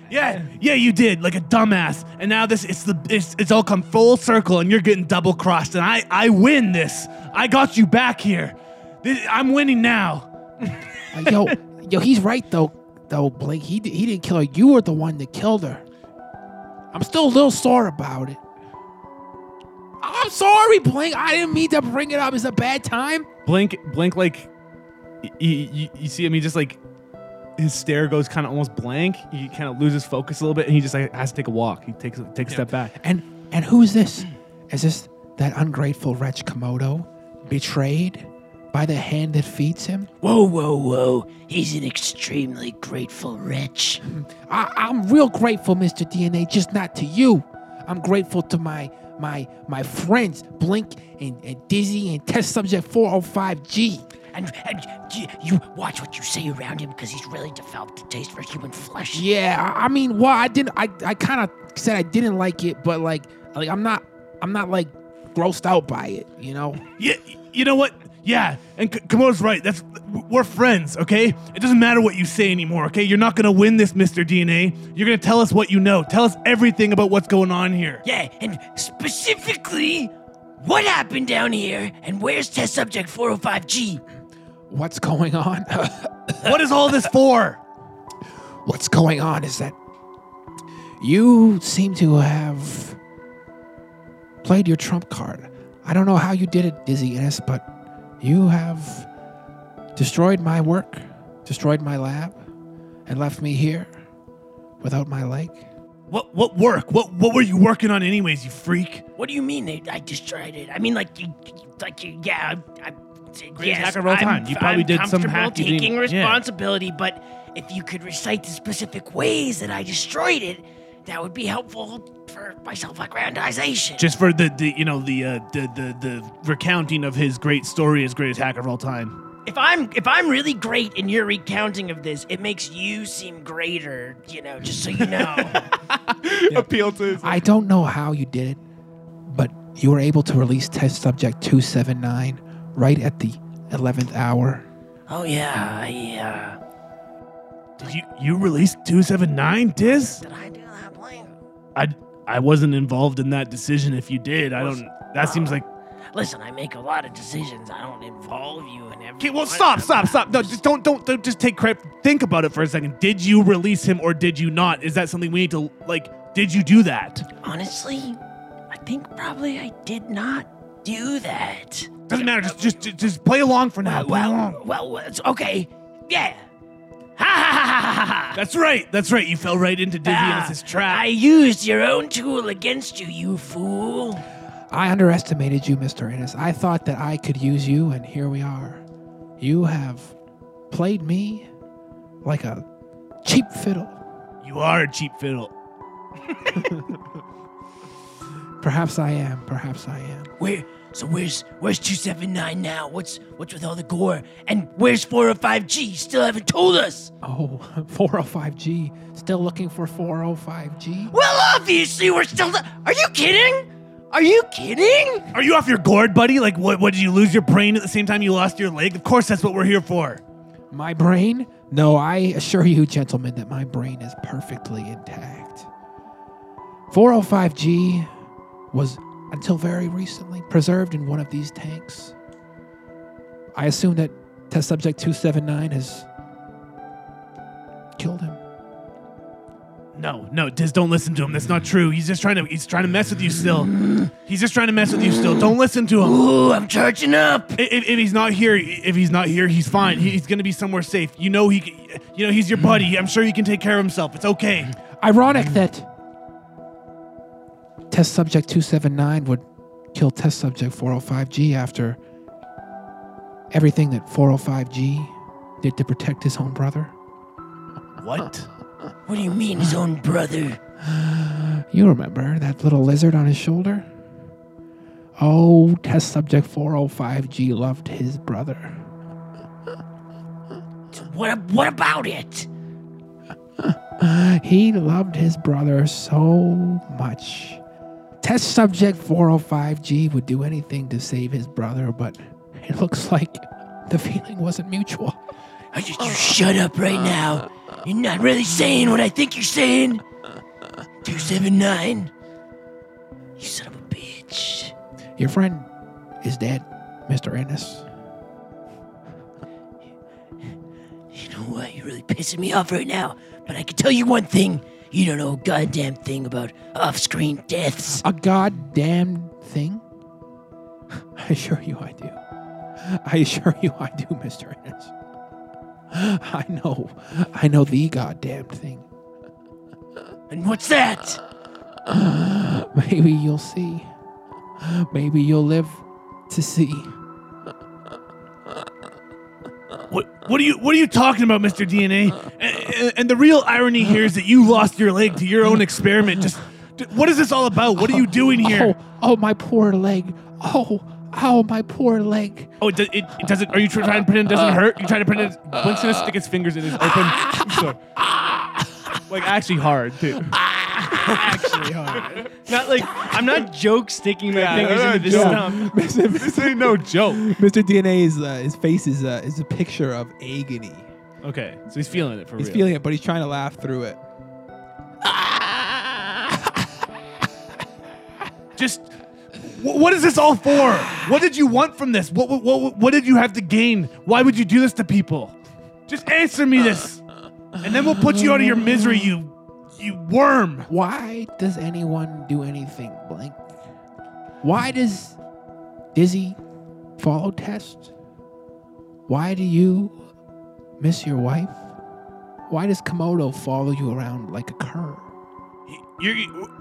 D: Yeah, yeah, you did, like a dumbass. And now this, it's the, it's, it's all come full circle, and you're getting double crossed. And I, I win this. I got you back here. This, I'm winning now.
B: Uh, yo, yo, he's right though, though Blake. He di- he didn't kill her. You were the one that killed her. I'm still a little sore about it. I'm sorry, Blake. I didn't mean to bring it up. It's a bad time.
D: Blink, blink, like, you, you see him. He just like, his stare goes kind of almost blank. He kind of loses focus a little bit, and he just like has to take a walk. He takes, takes a step back.
B: And and who is this? Is this that ungrateful wretch Komodo, betrayed by the hand that feeds him?
C: Whoa, whoa, whoa. He's an extremely grateful wretch.
B: I, I'm real grateful, Mr. DNA, just not to you. I'm grateful to my my my friends, Blink and, and Dizzy and Test Subject 405G.
C: And, and you, you watch what you say around him because he's really developed a taste for human flesh.
B: Yeah, I, I mean, well, I didn't. I, I kind of said I didn't like it, but like, like I'm not, I'm not like grossed out by it, you know.
D: Yeah, you know what? Yeah, and K- Komodo's right. That's we're friends, okay? It doesn't matter what you say anymore, okay? You're not gonna win this, Mister DNA. You're gonna tell us what you know. Tell us everything about what's going on here.
C: Yeah, and specifically, what happened down here and where's test subject 405G?
B: What's going on?
D: What is all this for?
B: What's going on is that you seem to have played your trump card. I don't know how you did it, Dizzy Innes, but you have destroyed my work, destroyed my lab, and left me here without my like?
D: What what work? What what were you working on anyways, you freak?
C: What do you mean? They, I just tried it. I mean, like, you- like, you- yeah, I, I yes,
D: hack of all time.
C: I'm,
D: You probably
C: I'm
D: did some
C: comfortable
D: hack you didn't-
C: taking
D: yeah.
C: responsibility, but if you could recite the specific ways that I destroyed it, that would be helpful for my self-aggrandization.
D: Just for the, the you know the, uh, the the the recounting of his great story as greatest hacker of all time.
C: if I'm if I'm really great in your recounting of this, it makes you seem greater. You know, just so you know.
D: Appeal to his
B: I don't know how you did it, but you were able to release test subject 279 right at the 11th hour.
C: oh yeah, yeah.
D: Did you you released two seven nine, Diz?
C: Did I do that? Blame.
D: I I wasn't involved in that decision. If you did, I don't. That seems like.
C: Listen, I make a lot of decisions. I don't involve you in every.
D: Okay, well, stop, stop, stop. No, just don't, don't, don't. Just take credit. Think about it for a second. Did you release him or did you not? Is that something we need to like? Did you do that?
C: Honestly, I think probably I did not do that.
D: Doesn't matter. Just, just, just, just play along for now.
C: Well,
D: Play
C: well,
D: along.
C: well, it's okay. Yeah. Ha ha ha ha ha ha.
D: That's right. That's right. You fell right into Dizionis's
C: Ah,
D: trap.
C: I used your own tool against you, you fool.
B: I underestimated you, Mr. Ennis. I thought that I could use you, and here we are. You have played me like a cheap fiddle.
D: you are a cheap fiddle.
B: Perhaps I am, perhaps I am.
C: Where? So where's where's two seven nine now? What's what's with all the gore? And where's four oh five G? Still haven't told us.
B: Oh, 405G. Still looking for 405G?
C: Well, obviously we're still. Are you kidding? Are you kidding?
D: Are you off your gourd, buddy? Like, what? What did you lose your brain at the same time you lost your leg? Of course, that's what we're here for.
B: My brain? No, I assure you, gentlemen, that my brain is perfectly intact. 405G was, until very recently, preserved in one of these tanks. I assume that test subject 279 has killed him.
D: No, no, Diz, don't listen to him. That's not true. He's just trying to he's trying to mess with you still. He's just trying to mess with you still. Don't listen to him.
C: Ooh, I'm charging up.
D: I- If, if he's not here, if he's not here, he's fine. He- He's gonna be somewhere safe. You know he, c- you know he's your buddy. I'm sure he can take care of himself. It's okay.
B: Ironic that test subject 279 would kill test subject 405G after everything that 405G did to protect his own brother.
D: What?
C: What do you mean, his own brother?
B: You remember that little lizard on his shoulder? Oh, test subject 405G loved his brother.
C: What what about it?
B: He loved his brother so much. Test subject 405G would do anything to save his brother, but it looks like the feeling wasn't mutual.
C: Are you, you shut up right now. You're not really saying what I think you're saying. Two seven nine. You son of a bitch.
B: Your friend is dead, Mr. Ennis.
C: You know what? You're really pissing me off right now. But I can tell you one thing. You don't know a goddamn thing about off-screen deaths.
B: A goddamn thing? I assure you I do. I assure you I do, Mr. Ennis. I know. I know the goddamn thing.
C: And what's that?
B: Maybe you'll see. Maybe you'll live to see.
D: What? What are you? What are you talking about, Mister DNA? And, and the real irony here is that you lost your leg to your own experiment. Just, d- what is this all about? What are you doing here?
B: Oh, oh, my poor leg. Oh, oh, my poor leg.
D: Oh, it, do- it, it doesn't. Are you tr- trying to pretend it doesn't hurt? You trying to pretend? Blink's gonna stick his fingers in his open. sore. Like actually hard too.
E: actually hard. Not like I'm not joke sticking my
D: Yeah,
E: fingers
D: no,
E: into
D: no,
E: the
D: joke.
E: stump.
D: this ain't no joke.
B: Mr. DNA is uh, his face is uh, is a picture of agony.
D: Okay, so he's feeling it for
B: He's
D: real.
B: feeling it, but he's trying to laugh through it.
D: Just wh- what is this all for? What did you want from this? What, what what what did you have to gain? Why would you do this to people? Just answer me this, and then we'll put you out of your misery. You you worm.
B: Why does anyone do anything, Blink? Why does Dizzy follow test? Why do you miss your wife? Why does Komodo follow you around like a cur?
D: You're,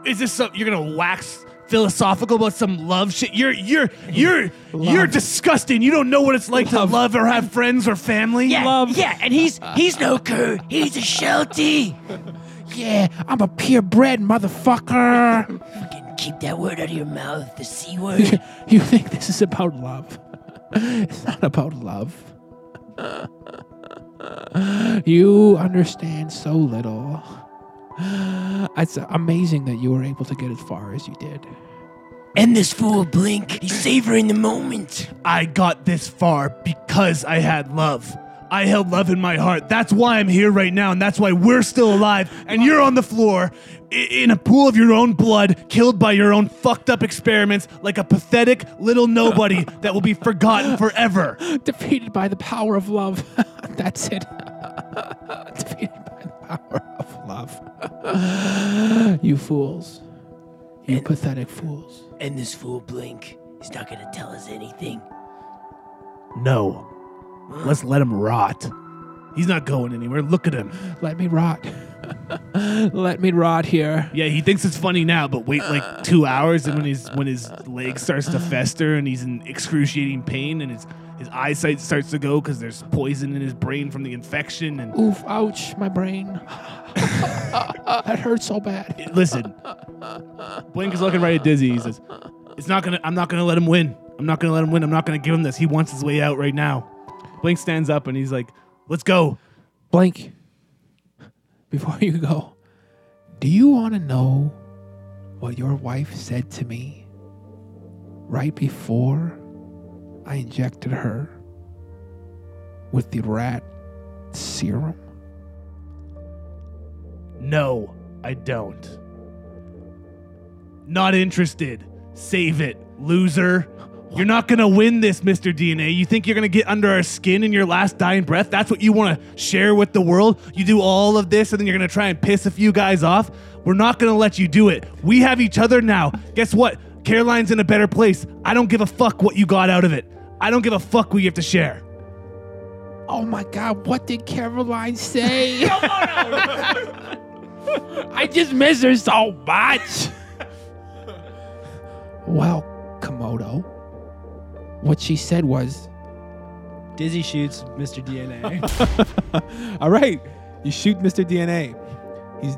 D: is this some, you're gonna wax philosophical about some love shit? You're you're you're you're
B: Love.
D: disgusting. You don't know what it's like to love or have friends or family.
C: Yeah, yeah, and he's he's no cur. He's a sheltie.
B: Yeah, I'm a purebred motherfucker.
C: Fucking keep that word out of your mouth, the c word.
B: you think this is about love? It's not about love. you understand so little. It's amazing that you were able to get as far as you did.
C: and this fool Blink, he's savoring the moment.
D: I got this far because I had love. I held love in my heart. That's why I'm here right now, and that's why we're still alive. And you're on the floor i- in a pool of your own blood, killed by your own fucked up experiments, like a pathetic little nobody that will be forgotten forever.
B: Defeated by the power of love. That's it. Defeated by the power of love. you fools. You pathetic fools.
C: And this fool Blink, he's not gonna tell us anything.
D: No. Let's let him rot. He's not going anywhere. Look at him.
B: Let me rot. Let me rot here.
D: Yeah, he thinks it's funny now, but wait like two hours, and when his when his leg starts to fester and he's in excruciating pain, and his his eyesight starts to go because there's poison in his brain from the infection. And
B: Oof, ouch, my brain. that hurts so bad.
D: listen, Blink is looking right at Dizzy. He says, "It's not gonna. I'm not gonna let him win. I'm not gonna let him win. I'm not gonna give him this. He wants his way out right now." Blink stands up and he's like, "Let's go."
B: Blink, before you go, do you want to know what your wife said to me right before I injected her with the rat serum?
D: No, I don't. Not interested. Save it, loser. You're not gonna win this, Mr. DNA. You think you're gonna get under our skin in your last dying breath? That's what you wanna share with the world? You do all of this and then you're gonna try and piss a few guys off? We're not gonna let you do it. We have each other now. Guess what? Caroline's in a better place. I don't give a fuck what you got out of it. I don't give a fuck what you have to share.
B: Oh my God, what did Caroline say? I just miss her so much. well, Komodo, what she said was
E: Dizzy shoots Mr. DNA.
B: All right, you shoot Mr. DNA. He's.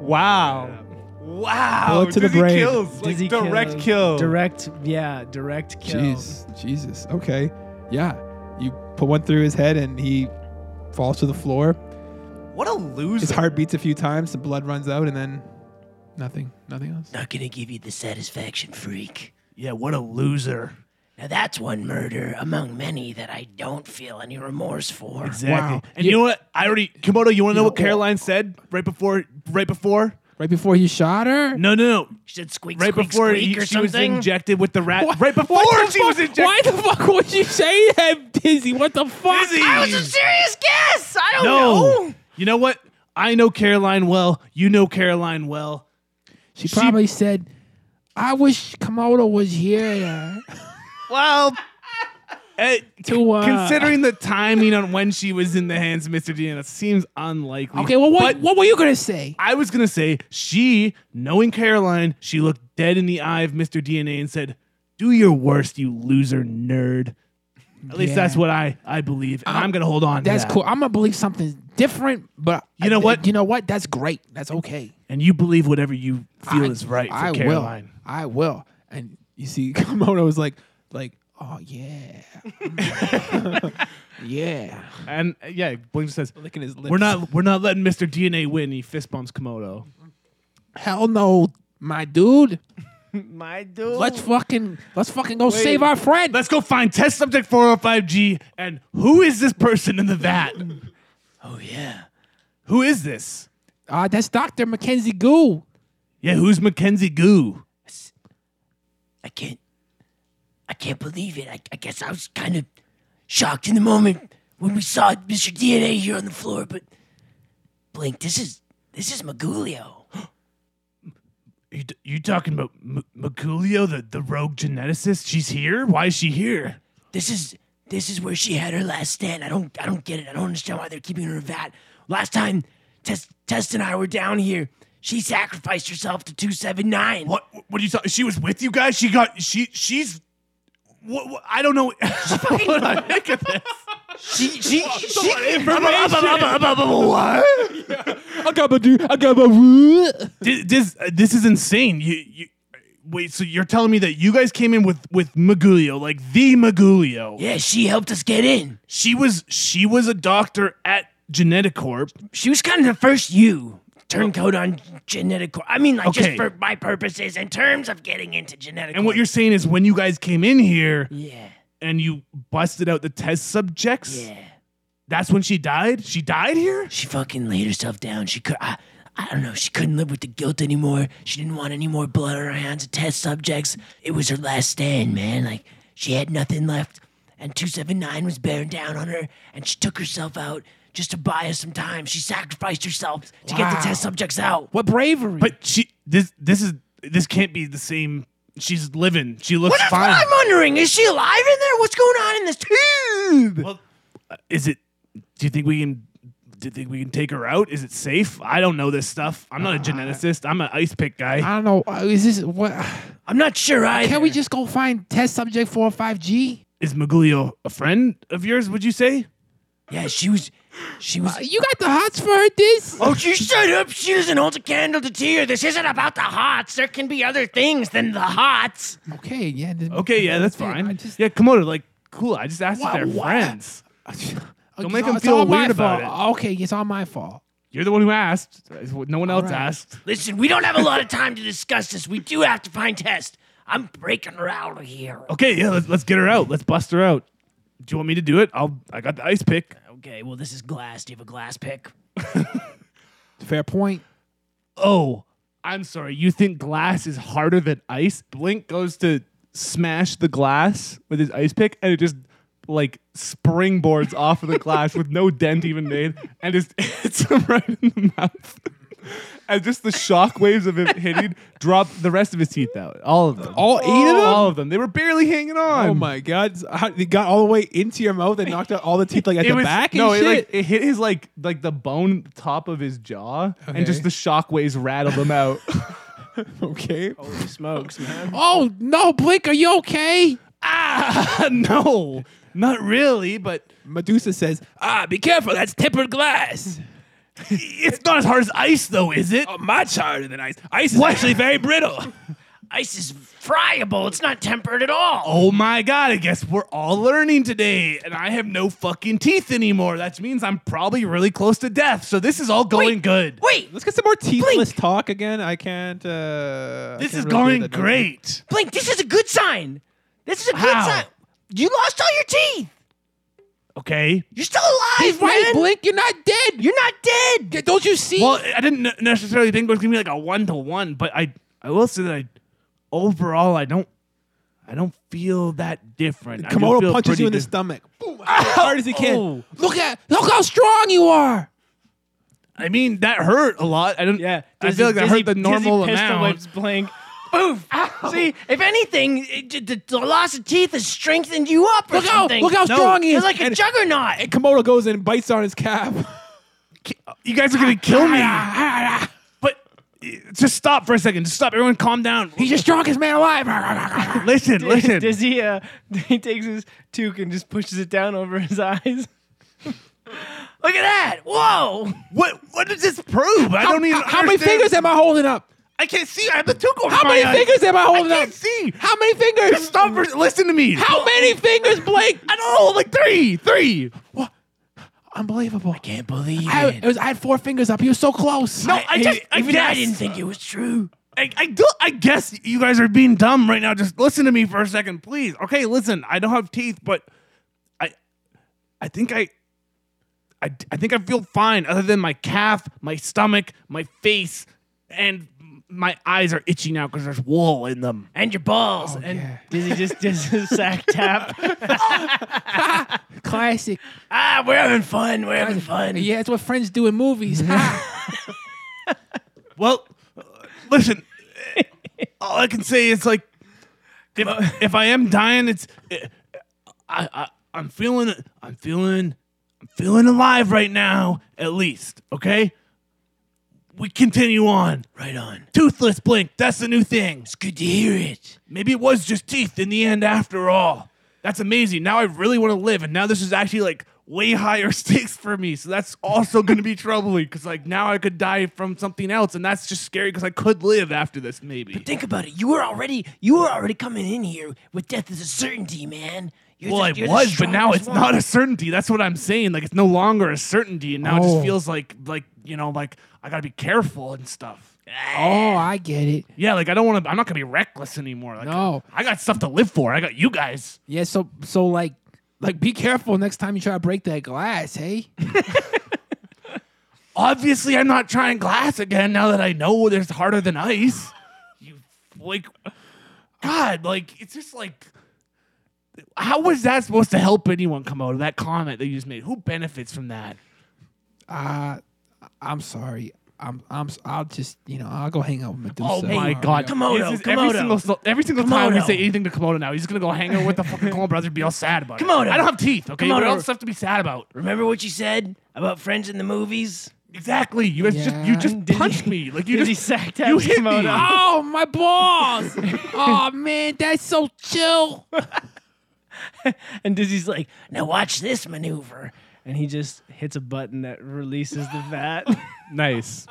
B: Wow.
D: Wow.
B: Bullet to the Dizzy brain. kills,
E: Dizzy kills. Direct, yeah, direct kill.
B: Jeez. Jesus. Okay. Yeah. You put one through his head and he falls to the floor.
D: What a
B: His
D: loser.
B: heart beats a few times, the blood runs out, and then nothing. Nothing else.
C: Not gonna give you the satisfaction, freak.
D: Yeah, what a loser.
C: Now that's one murder among many that I don't feel any remorse for.
D: Exactly.
B: Wow.
D: And you, know what? I already Komodo. You want to know what Caroline said right before? Right before?
B: Right before you shot her?
D: No, no, no.
C: She said squeak,
D: Right
C: squeak,
D: before
C: squeak
D: he-
C: or
D: she was
C: something.
D: injected with the rat.
B: What-
D: Right before
B: what the
D: she was
B: fuck-
D: injected.
B: Why the fuck would you say that, Dizzy? What the fuck?
D: Dizzy!
C: That was a serious guess. I don't
D: no.
C: know.
D: You know what? I know Caroline well. You know Caroline well.
B: She probably said, "I wish Komodo was here."
D: Well. eh,
B: To, uh,
D: considering the timing on when she was in the hands of Mr. Dean, it seems unlikely.
B: okay, well, what
D: But-
B: what were you gonna say?
D: I was gonna say she, knowing Caroline, she looked dead in the eye of Mr. DNA and said, "Do your worst, you loser nerd." At least
B: Yeah.
D: that's what I I believe, and I'm, gonna hold on. to
B: Uh, That's
D: that.
B: cool. I'm gonna believe something different, but
D: You know
B: I-
D: what?
B: You know what? That's great. That's okay.
D: And you believe whatever you feel
B: I-
D: is right for
B: I
D: Caroline.
B: will. I will. And you see, Komodo was like, like, oh yeah, yeah,
D: And uh, yeah, Blink just says,
B: licking his lips.
D: "We're not we're not letting Mr. DNA win." He fist bumps Komodo.
B: Hell no, my dude.
E: My dude.
B: Let's
C: Oh.
B: fucking let's fucking go save our friend.
D: Let's go find test subject 405G. And who is this person in the vat?
C: Oh yeah.
D: who is this?
B: Uh, that's Doctor Mackenzie Goo.
D: Yeah, who's Mackenzie Goo?
C: I can't. I can't believe it. I, I guess I was kind of shocked in the moment when we saw Mr. DNA here on the floor. But Blink, this is this is Magulio.
D: You, you talking about M- Maculio, the, the rogue geneticist? She's here? Why is she here?
C: This is this is where she had her last stand. I don't I don't get it. I don't understand why they're keeping her in a vat. Last time Tess, Tess and I were down here, she sacrificed herself to 279.
D: What? What are you talking? She was with you guys. She got. She. She's. What, what- I don't know. Hold on, look at this.
C: She, she, she,
D: Thi- This, uh, this is insane. You, you, wait. So you're telling me that you guys came in with with Magulio, like the Magulio?
C: yeah, she helped us get in.
D: She was. She was a doctor at Geneticorp.
C: She was kind of the first you turncoat on genetic. I mean, like
D: Okay.
C: just for my purposes in terms of getting into genetic.
D: And what you're saying is, when you guys came in here
C: yeah,
D: and you busted out the test subjects,
C: yeah.
D: that's when she died. She died here.
C: She fucking laid herself down. She could. I, I don't know. She couldn't live with the guilt anymore. She didn't want any more blood on her hands of test subjects. It was her last stand, man. Like she had nothing left, and two seven nine was bearing down on her, and she took herself out just to buy us some time. She sacrificed herself to get the test subjects out.
E: What bravery!
D: But she. This. This is. This can't be the same. She's living. She looks
C: What is
D: fine.
C: what I'm wondering? Is she alive in there? What's going on in this tube?
D: Well, uh, is it? Do you think we can? Do you think we can take her out? Is it safe? I don't know this stuff. I'm not a
B: Uh,
D: geneticist. I'm an ice pick guy.
B: I don't know. uh, Is this what?
C: I'm not sure either.
B: Can we just go find test subject four five G?
D: Is Magulio a friend of yours? Would you say?
C: Yeah, she was. She was.
B: Uh, You got the hots for her, this?
C: Oh, you shut up! She doesn't hold a candle to tear. This isn't about the hots. There can be other things than the hots.
B: Okay, yeah. then-
D: Okay, yeah, that's
B: it. I
D: fine.
B: just-
D: Yeah, Komodo, like, cool. I just asked
B: Wha-
D: if they're
B: what?
D: friends.
B: Don't
D: make 'em feel weird about
B: Okay, it's all my fault.
D: You're the one who asked. No one else
B: right.
D: asked.
C: Listen, we don't have a lot of time to discuss this. We do have to find Test. I'm breaking her out of here.
D: Okay, yeah, let's, let's get her out. Let's bust her out. Do you want me to do it? I'll. I got the ice pick.
C: Okay, well, this is glass. Do you have a glass pick?
B: Fair point.
D: Oh, I'm sorry. You think glass is harder than ice? Blink goes to smash the glass with his ice pick, and it just like springboards off of the glass with no dent even made, and just hits him right in the mouth. and just the shock waves of him hitting drop the rest of his teeth out. All of them.
B: All eight of them?
D: All of them. They were barely hanging on.
B: Oh my god! How- It got all the way into your mouth and knocked out all the teeth like at the back. And
D: no,
B: shit?
D: it like it hit his like like the bone top of his jaw, and just
B: Okay.
D: the shock waves rattled him out.
B: okay. Oh.
E: smokes, man.
B: no, Blink, are you okay?
D: Ah, no, not really, but
B: Medusa says, "Ah, be careful! That's tempered glass.
D: it's not as hard as ice, though, is it?
B: Much harder than ice. Ice is actually very brittle."
C: Ice is friable. It's not tempered at all.
D: Oh my god, I guess we're all learning today, and I have no fucking teeth anymore. That means I'm probably really close to death, so this is all going good.
C: Wait,
B: Let's get some more teethless talk again. I can't. Uh, I
D: this is
B: can't really
D: going
B: do that now.
D: great.
C: Blink, this is a good sign. This is a good
D: How?
C: sign. You lost all your teeth.
D: Okay.
C: You're still alive,
B: Right,
C: man.
B: Blink, you're not dead. You're
C: You're not dead.
B: not. Don't you see?
D: Well, I didn't ne- necessarily think it was gonna be like a one to one, but I I will say that I overall I don't I don't feel that different. I do
B: Komodo
D: feel
B: punches
D: pretty
B: you in the
D: dis-
B: stomach. Boom, as hard as he can.
D: Oh.
B: Look at look how strong you are.
D: I mean, that hurt a lot. I don't.
E: Yeah,
D: I feel like that hurt the normal
E: Dizzy pistol
D: amount.
E: whips Blink.
C: Oof. See, if anything, it, the, the loss of teeth has strengthened you up or
B: Look how-
C: something.
B: look how strong he is.
C: You're like a
B: And-
C: juggernaut.
B: And Komodo goes in and bites on his calf.
D: You guys are
B: Ah,
D: gonna kill me. but uh, just stop for a second. Just stop. Everyone, calm down.
B: He's the strongest man alive.
D: Listen, listen.
E: Dizzy, uh, he takes his toque and just pushes it down over his eyes.
C: look at that. Whoa.
D: What? What does this prove? I
B: How-
D: don't even.
B: how, how many
D: understand.
B: fingers am I holding up?
D: I can't see. I have the toque over
B: How
D: my
B: many
D: eye.
B: fingers am I
D: I
B: holding
D: can't
B: up?
D: see.
B: How many fingers?
D: Just stop for. Listen to me.
B: How many fingers, Blake?
D: I don't know. Like three, three.
B: Unbelievable.
C: Can't believe
B: I,
C: it.
B: it was, I had four fingers up. He was so close.
D: No, I, just. I
C: Even
D: guess.
C: I didn't think it was true.
D: I, I do. I guess you guys are being dumb right now. Just listen to me for a second, please. Okay, listen. I don't have teeth, but I, I think I, I, I think I feel fine. Other than my calf, my stomach, my face, and my eyes are itchy now because there's wool in them.
C: And your balls. and
E: Dizzy just does his sack tap.
B: Classic.
C: ah, we're having fun. We're having fun.
B: Yeah, it's what friends do in movies. Ha.
D: Well, uh, listen. eh, all I can say is like, if, if I am dying, it's eh, I, I I'm feeling I'm feeling I'm feeling alive right now, at least. Okay. We continue on.
C: Right on.
D: Toothless Blink. That's the new thing.
C: It's good to hear it.
D: Maybe it was just teeth in the end after all. That's amazing. Now I really want to live, and now this is actually like way higher stakes for me. So that's also going to be troubling because like now I could die from something else, and that's just scary because I could live after this maybe.
C: Think about it. You were already you were already coming in here with death as a certainty, man. You're
D: well,
C: the-
D: it
C: you're the
D: was, but now
C: strongest
D: it's
C: one.
D: not a certainty. That's what I'm saying. Like it's no longer a certainty, and now it
B: Oh.
D: just feels like like you know like I gotta be careful and stuff.
B: Oh, I get it.
D: Yeah, like I don't want to. I'm not gonna be reckless anymore. Like,
B: No.
D: I got stuff to live for. I got you guys.
B: Yeah, so so like like be careful next time you try to break that glass, hey?
D: Obviously, I'm not trying glass again now that I know there's harder than ice. You like, God, like it's just like, how was that supposed to help anyone come out of that comment that you just made? Who benefits from that?
B: Uh I'm sorry. I'm I'm s- I'll just, you know, I'll go hang out with Medusa.
D: Oh my God,
C: Komodo,
D: This is
C: Komodo.
D: Every single, so- every single time we
C: Komodo.
D: say anything to Komodo now, he's gonna go hang out with the fucking Coen brother and be all sad about
C: Komodo.
D: it. I don't have teeth. Okay, what
C: Komodo.
D: else stuff to be sad about?
C: Remember what you said about friends in the movies?
D: Exactly. You guys just you
B: Yeah.
D: just punched me. Like you
E: Did he
D: just
E: sack
D: you
E: down
D: hit me.
E: Komodo?
D: Ah,
B: Oh my balls! oh man, that's so chill.
E: And Dizzy's like,
C: Now watch this maneuver.
E: and he just hits a button that releases the vat.
D: nice.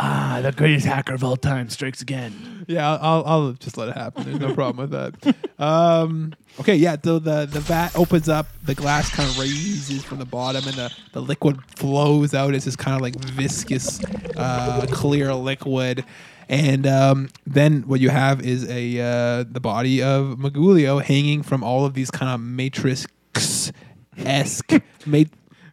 D: Ah, the greatest hacker of all time strikes again.
B: Yeah, I'll, I'll, I'll just let it happen. There's no problem with that. Um, okay, yeah. So the the vat opens up, the glass kind of raises from the bottom, and the, the liquid flows out as this kind of like viscous, uh, clear liquid. And um, then what you have is a uh, the body of Magulio hanging from all of these kind of matrix esque mat-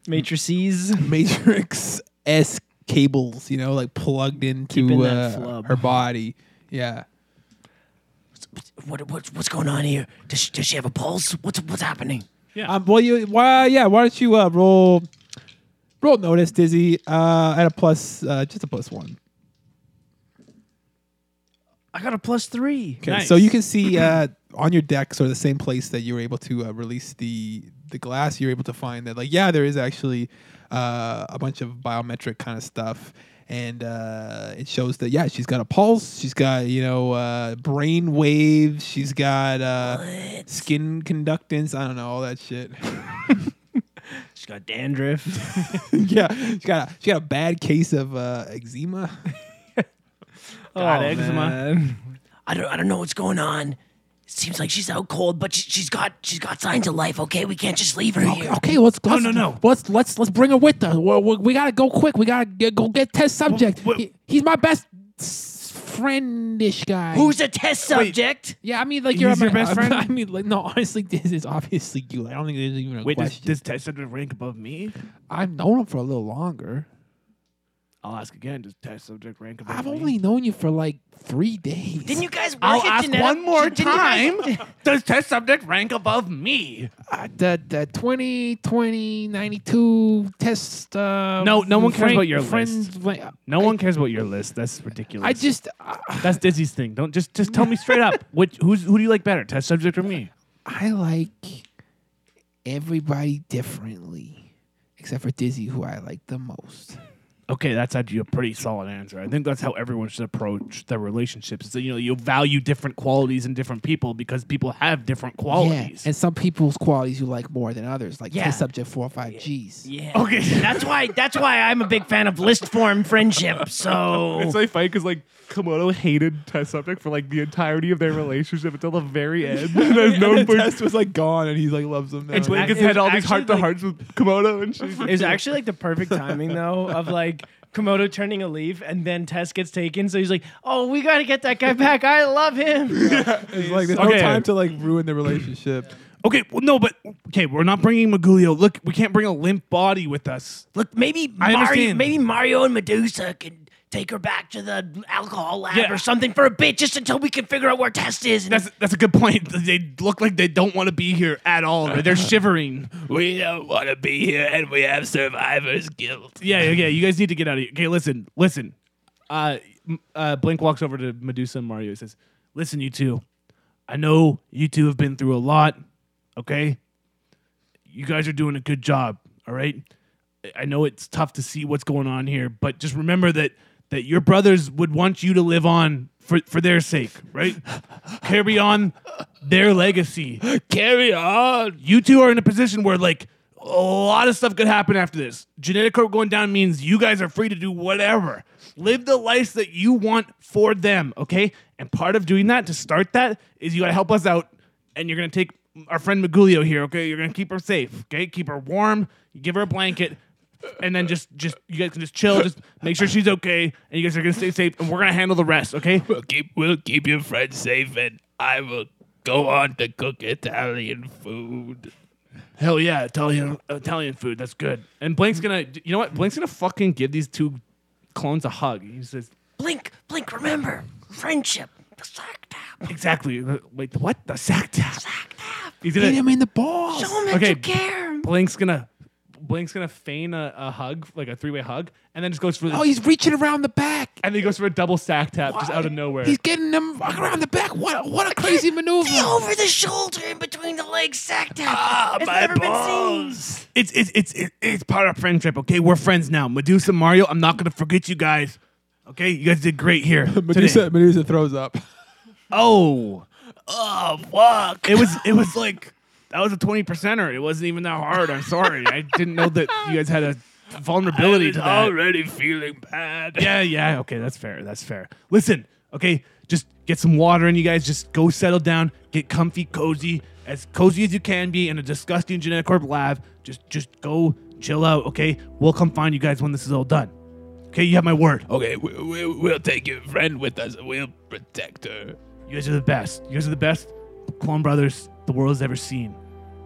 E: Matrices.
B: matrix esque cables, you know, like plugged into
E: Keeping
B: uh,
E: that flub.
B: her body. Yeah.
C: What, what what's going on here? Does she, does she have a pulse? What's what's happening?
B: Um, well, you why yeah? Why don't you uh, roll roll notice, Dizzy, uh, at a plus, uh, just a plus one.
E: I got a plus three.
B: Okay,
D: Nice.
B: so you can see uh, on your decks or the same place that you were able to uh, release the the glass. You're able to find that like yeah, there is actually uh, a bunch of biometric kind of stuff. And uh, it shows that yeah, she's got a pulse. She's got you know uh, brain waves. She's got uh, skin conductance. I don't know all that shit.
E: She's got dandruff.
B: yeah, she got a, she got a bad case of uh, eczema.
D: Got
B: Oh,
D: eczema.
E: Oh, man.
C: I don't I don't know what's going on. It seems like she's out cold, but she, she's got she's got signs of life. Okay, we can't just leave her
B: Okay,
C: here.
B: okay, let's let's
D: no, no.
B: let's let's let's bring her with us. We're, we we gotta go quick. We gotta get, go get test subject.
D: wha-
B: He- he's my best s- friendish guy.
C: Who's a test subject?
B: yeah, I mean, like you're
D: He's
B: my,
D: your best friend?
B: I mean, like no, honestly, this is obviously you. I don't think there's even a
D: Wait, does,
B: question.
D: does Tess have a rank above me?
B: I've known him for a little longer.
D: I'll ask again. Does test subject rank above
B: I've
D: me?
B: only known you for like three days.
C: Didn't you guys work
D: I'll
C: at
D: ask
C: Genetic-
D: one more
C: didn't you guys-
D: time. Does test subject rank above me?
B: uh, the the 20, 20, 92 test? Uh,
D: No, no one cares
B: friend-
D: about your
B: friends, like,
D: No one cares about your list. That's ridiculous.
B: I just I,
D: that's Dizzy's thing. Don't just just tell me straight up. Which who's who do you like better, test subject or me?
B: I like everybody differently, except for Dizzy, who I like the most.
D: Okay, that's actually a pretty solid answer. I think that's how everyone should approach their relationships. Is that you know you value different qualities in different people because people have different
B: Oh,
D: qualities.
B: and some people's qualities you like more than others, like
C: Yeah.
B: test subject four or five Gs.
C: Yeah.
E: Oh,
D: Okay.
C: That's why that's why I'm a big fan of list form friendship. So
D: like funny because like Komodo hated test subject for like the entirety of their relationship until the very end. There's no
B: was like gone, and he like loves them now.
E: Blake has It was had all these actually, like-
D: hearts with Komodo, and she's
E: It was actually like the perfect timing though of like Komodo turning a leaf and then Tess gets taken. So he's like, "Oh, we gotta get that guy back. I love him."
B: It's like there's
D: Okay. time
B: to like ruin the relationship.
D: Okay, well, no, but okay, we're not bringing Magulio. Look, we can't bring a limp body with us.
C: look, maybe
D: I
C: Mario,
D: understand.
C: maybe Mario and Medusa can take her back to the alcohol lab
D: Yeah.
C: or something for a bit, just until we can figure out where Test is. And
D: That's that's a good point. They look like they don't want to be here at all. They're shivering. We don't want to be here, and we have survivor's guilt. Yeah, yeah, yeah. You guys need to get out of here. Okay, listen, listen. Uh, m- uh, Blink walks over to Medusa and Mario. and says, "Listen, you two. I know you two have been through a lot. Okay, you guys are doing a good job. All right. I- I know it's tough to see what's going on here, but just remember that that your brothers would want you to live on for, for their sake, right? Carry on their legacy. Carry on. You two are in a position where like a lot of stuff could happen after this. Genetic code going down means you guys are free to do whatever. Live the life that you want for them, okay? And part of doing that to start that is you gotta help us out and you're gonna take our friend Magulio here. Okay, you're gonna keep her safe. Okay, keep her warm. give her a blanket, and then just just you guys can just chill. Just make sure she's okay, and you guys are gonna stay safe, and we're gonna handle the rest. Okay.
F: We'll keep we'll keep your friends safe, and I will go on to cook Italian food.
D: Hell yeah, Italian Italian food. That's good. And Blank's gonna. You know what? Blank's gonna fucking give these two clones a hug. He says
C: Blink, blink, remember. Friendship. The sack tap.
D: exactly. Wait, what? The sack tap. He's
B: Hit
D: gonna.
B: him in the balls.
C: Show 'em that
D: Okay.
C: you care.
D: Blank's gonna. Blank's gonna feign a, a hug, like a three-way hug, and then just goes for the,
B: Oh, he's reaching around the back.
D: and then he goes for a double sack tap just out of nowhere.
B: He's getting them around the back. What? What a crazy maneuver!
C: The over the shoulder in between the legs sack tap. it's
F: Ah, my
C: never been seen.
F: balls.
D: It's it's it's it- it's part of friendship. Okay, we're friends now. Medusa, Mario, I'm not gonna forget you guys. Okay, you guys did great here. today.
B: Medusa, Medusa throws up.
D: Oh,
F: Oh fuck!
D: it was it was like that was a twenty percenter. It wasn't even that hard. I'm sorry. I didn't know that you guys had a vulnerability
F: was
D: to that.
F: already feeling bad.
D: Yeah, yeah. Okay, that's fair. That's fair. Listen, okay, just get some water in you guys. Just go settle down, get comfy, cozy, as cozy as you can be in a disgusting genetic corp lab. Just, just go chill out. Okay, we'll come find you guys when this is all done. Okay, you have my word.
F: Okay, we, we, we'll take your friend with us. and We'll protect her.
D: You guys are the best. You guys are the best clone brothers the world has ever seen.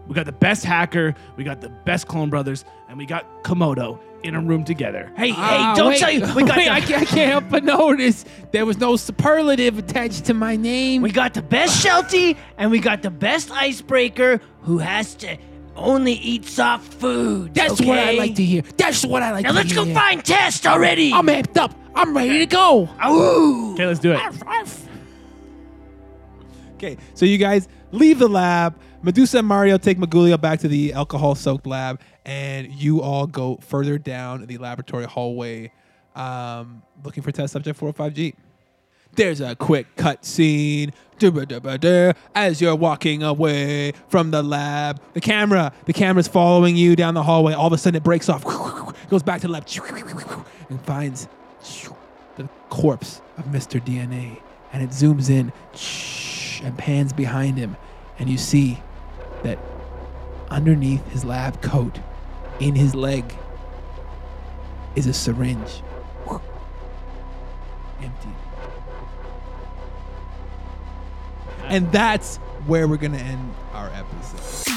D: We got the best hacker. We got the best clone brothers, and we got Komodo in a room together. Hey,
B: Ah,
C: hey, don't
B: wait,
C: tell you. We got,
B: wait,
C: the,
B: I, can't, I can't help but notice there was no superlative attached to my name.
C: we got the best Sheltie and we got the best icebreaker who has to only eat soft food.
B: That's what I like to hear. That's what I like
C: Now
B: to
C: let's
B: hear.
C: go find Test already.
B: I'm amped up. I'm ready to go.
C: Ooh.
D: okay, let's do it.
B: Okay, so you guys leave the lab. Medusa and Mario take Magulio back to the alcohol soaked lab, and you all go further down the laboratory hallway um, looking for test subject 405G. There's a quick cut scene. Doo-ba-doo-ba-doo. As you're walking away from the lab, the camera, the camera's following you down the hallway. All of a sudden, it breaks off, goes back to the lab, and finds the corpse of Mr. DNA. And it zooms in and pans behind him. And you see that underneath his lab coat, in his leg, is a syringe. Empty. And that's where we're going to end our episode.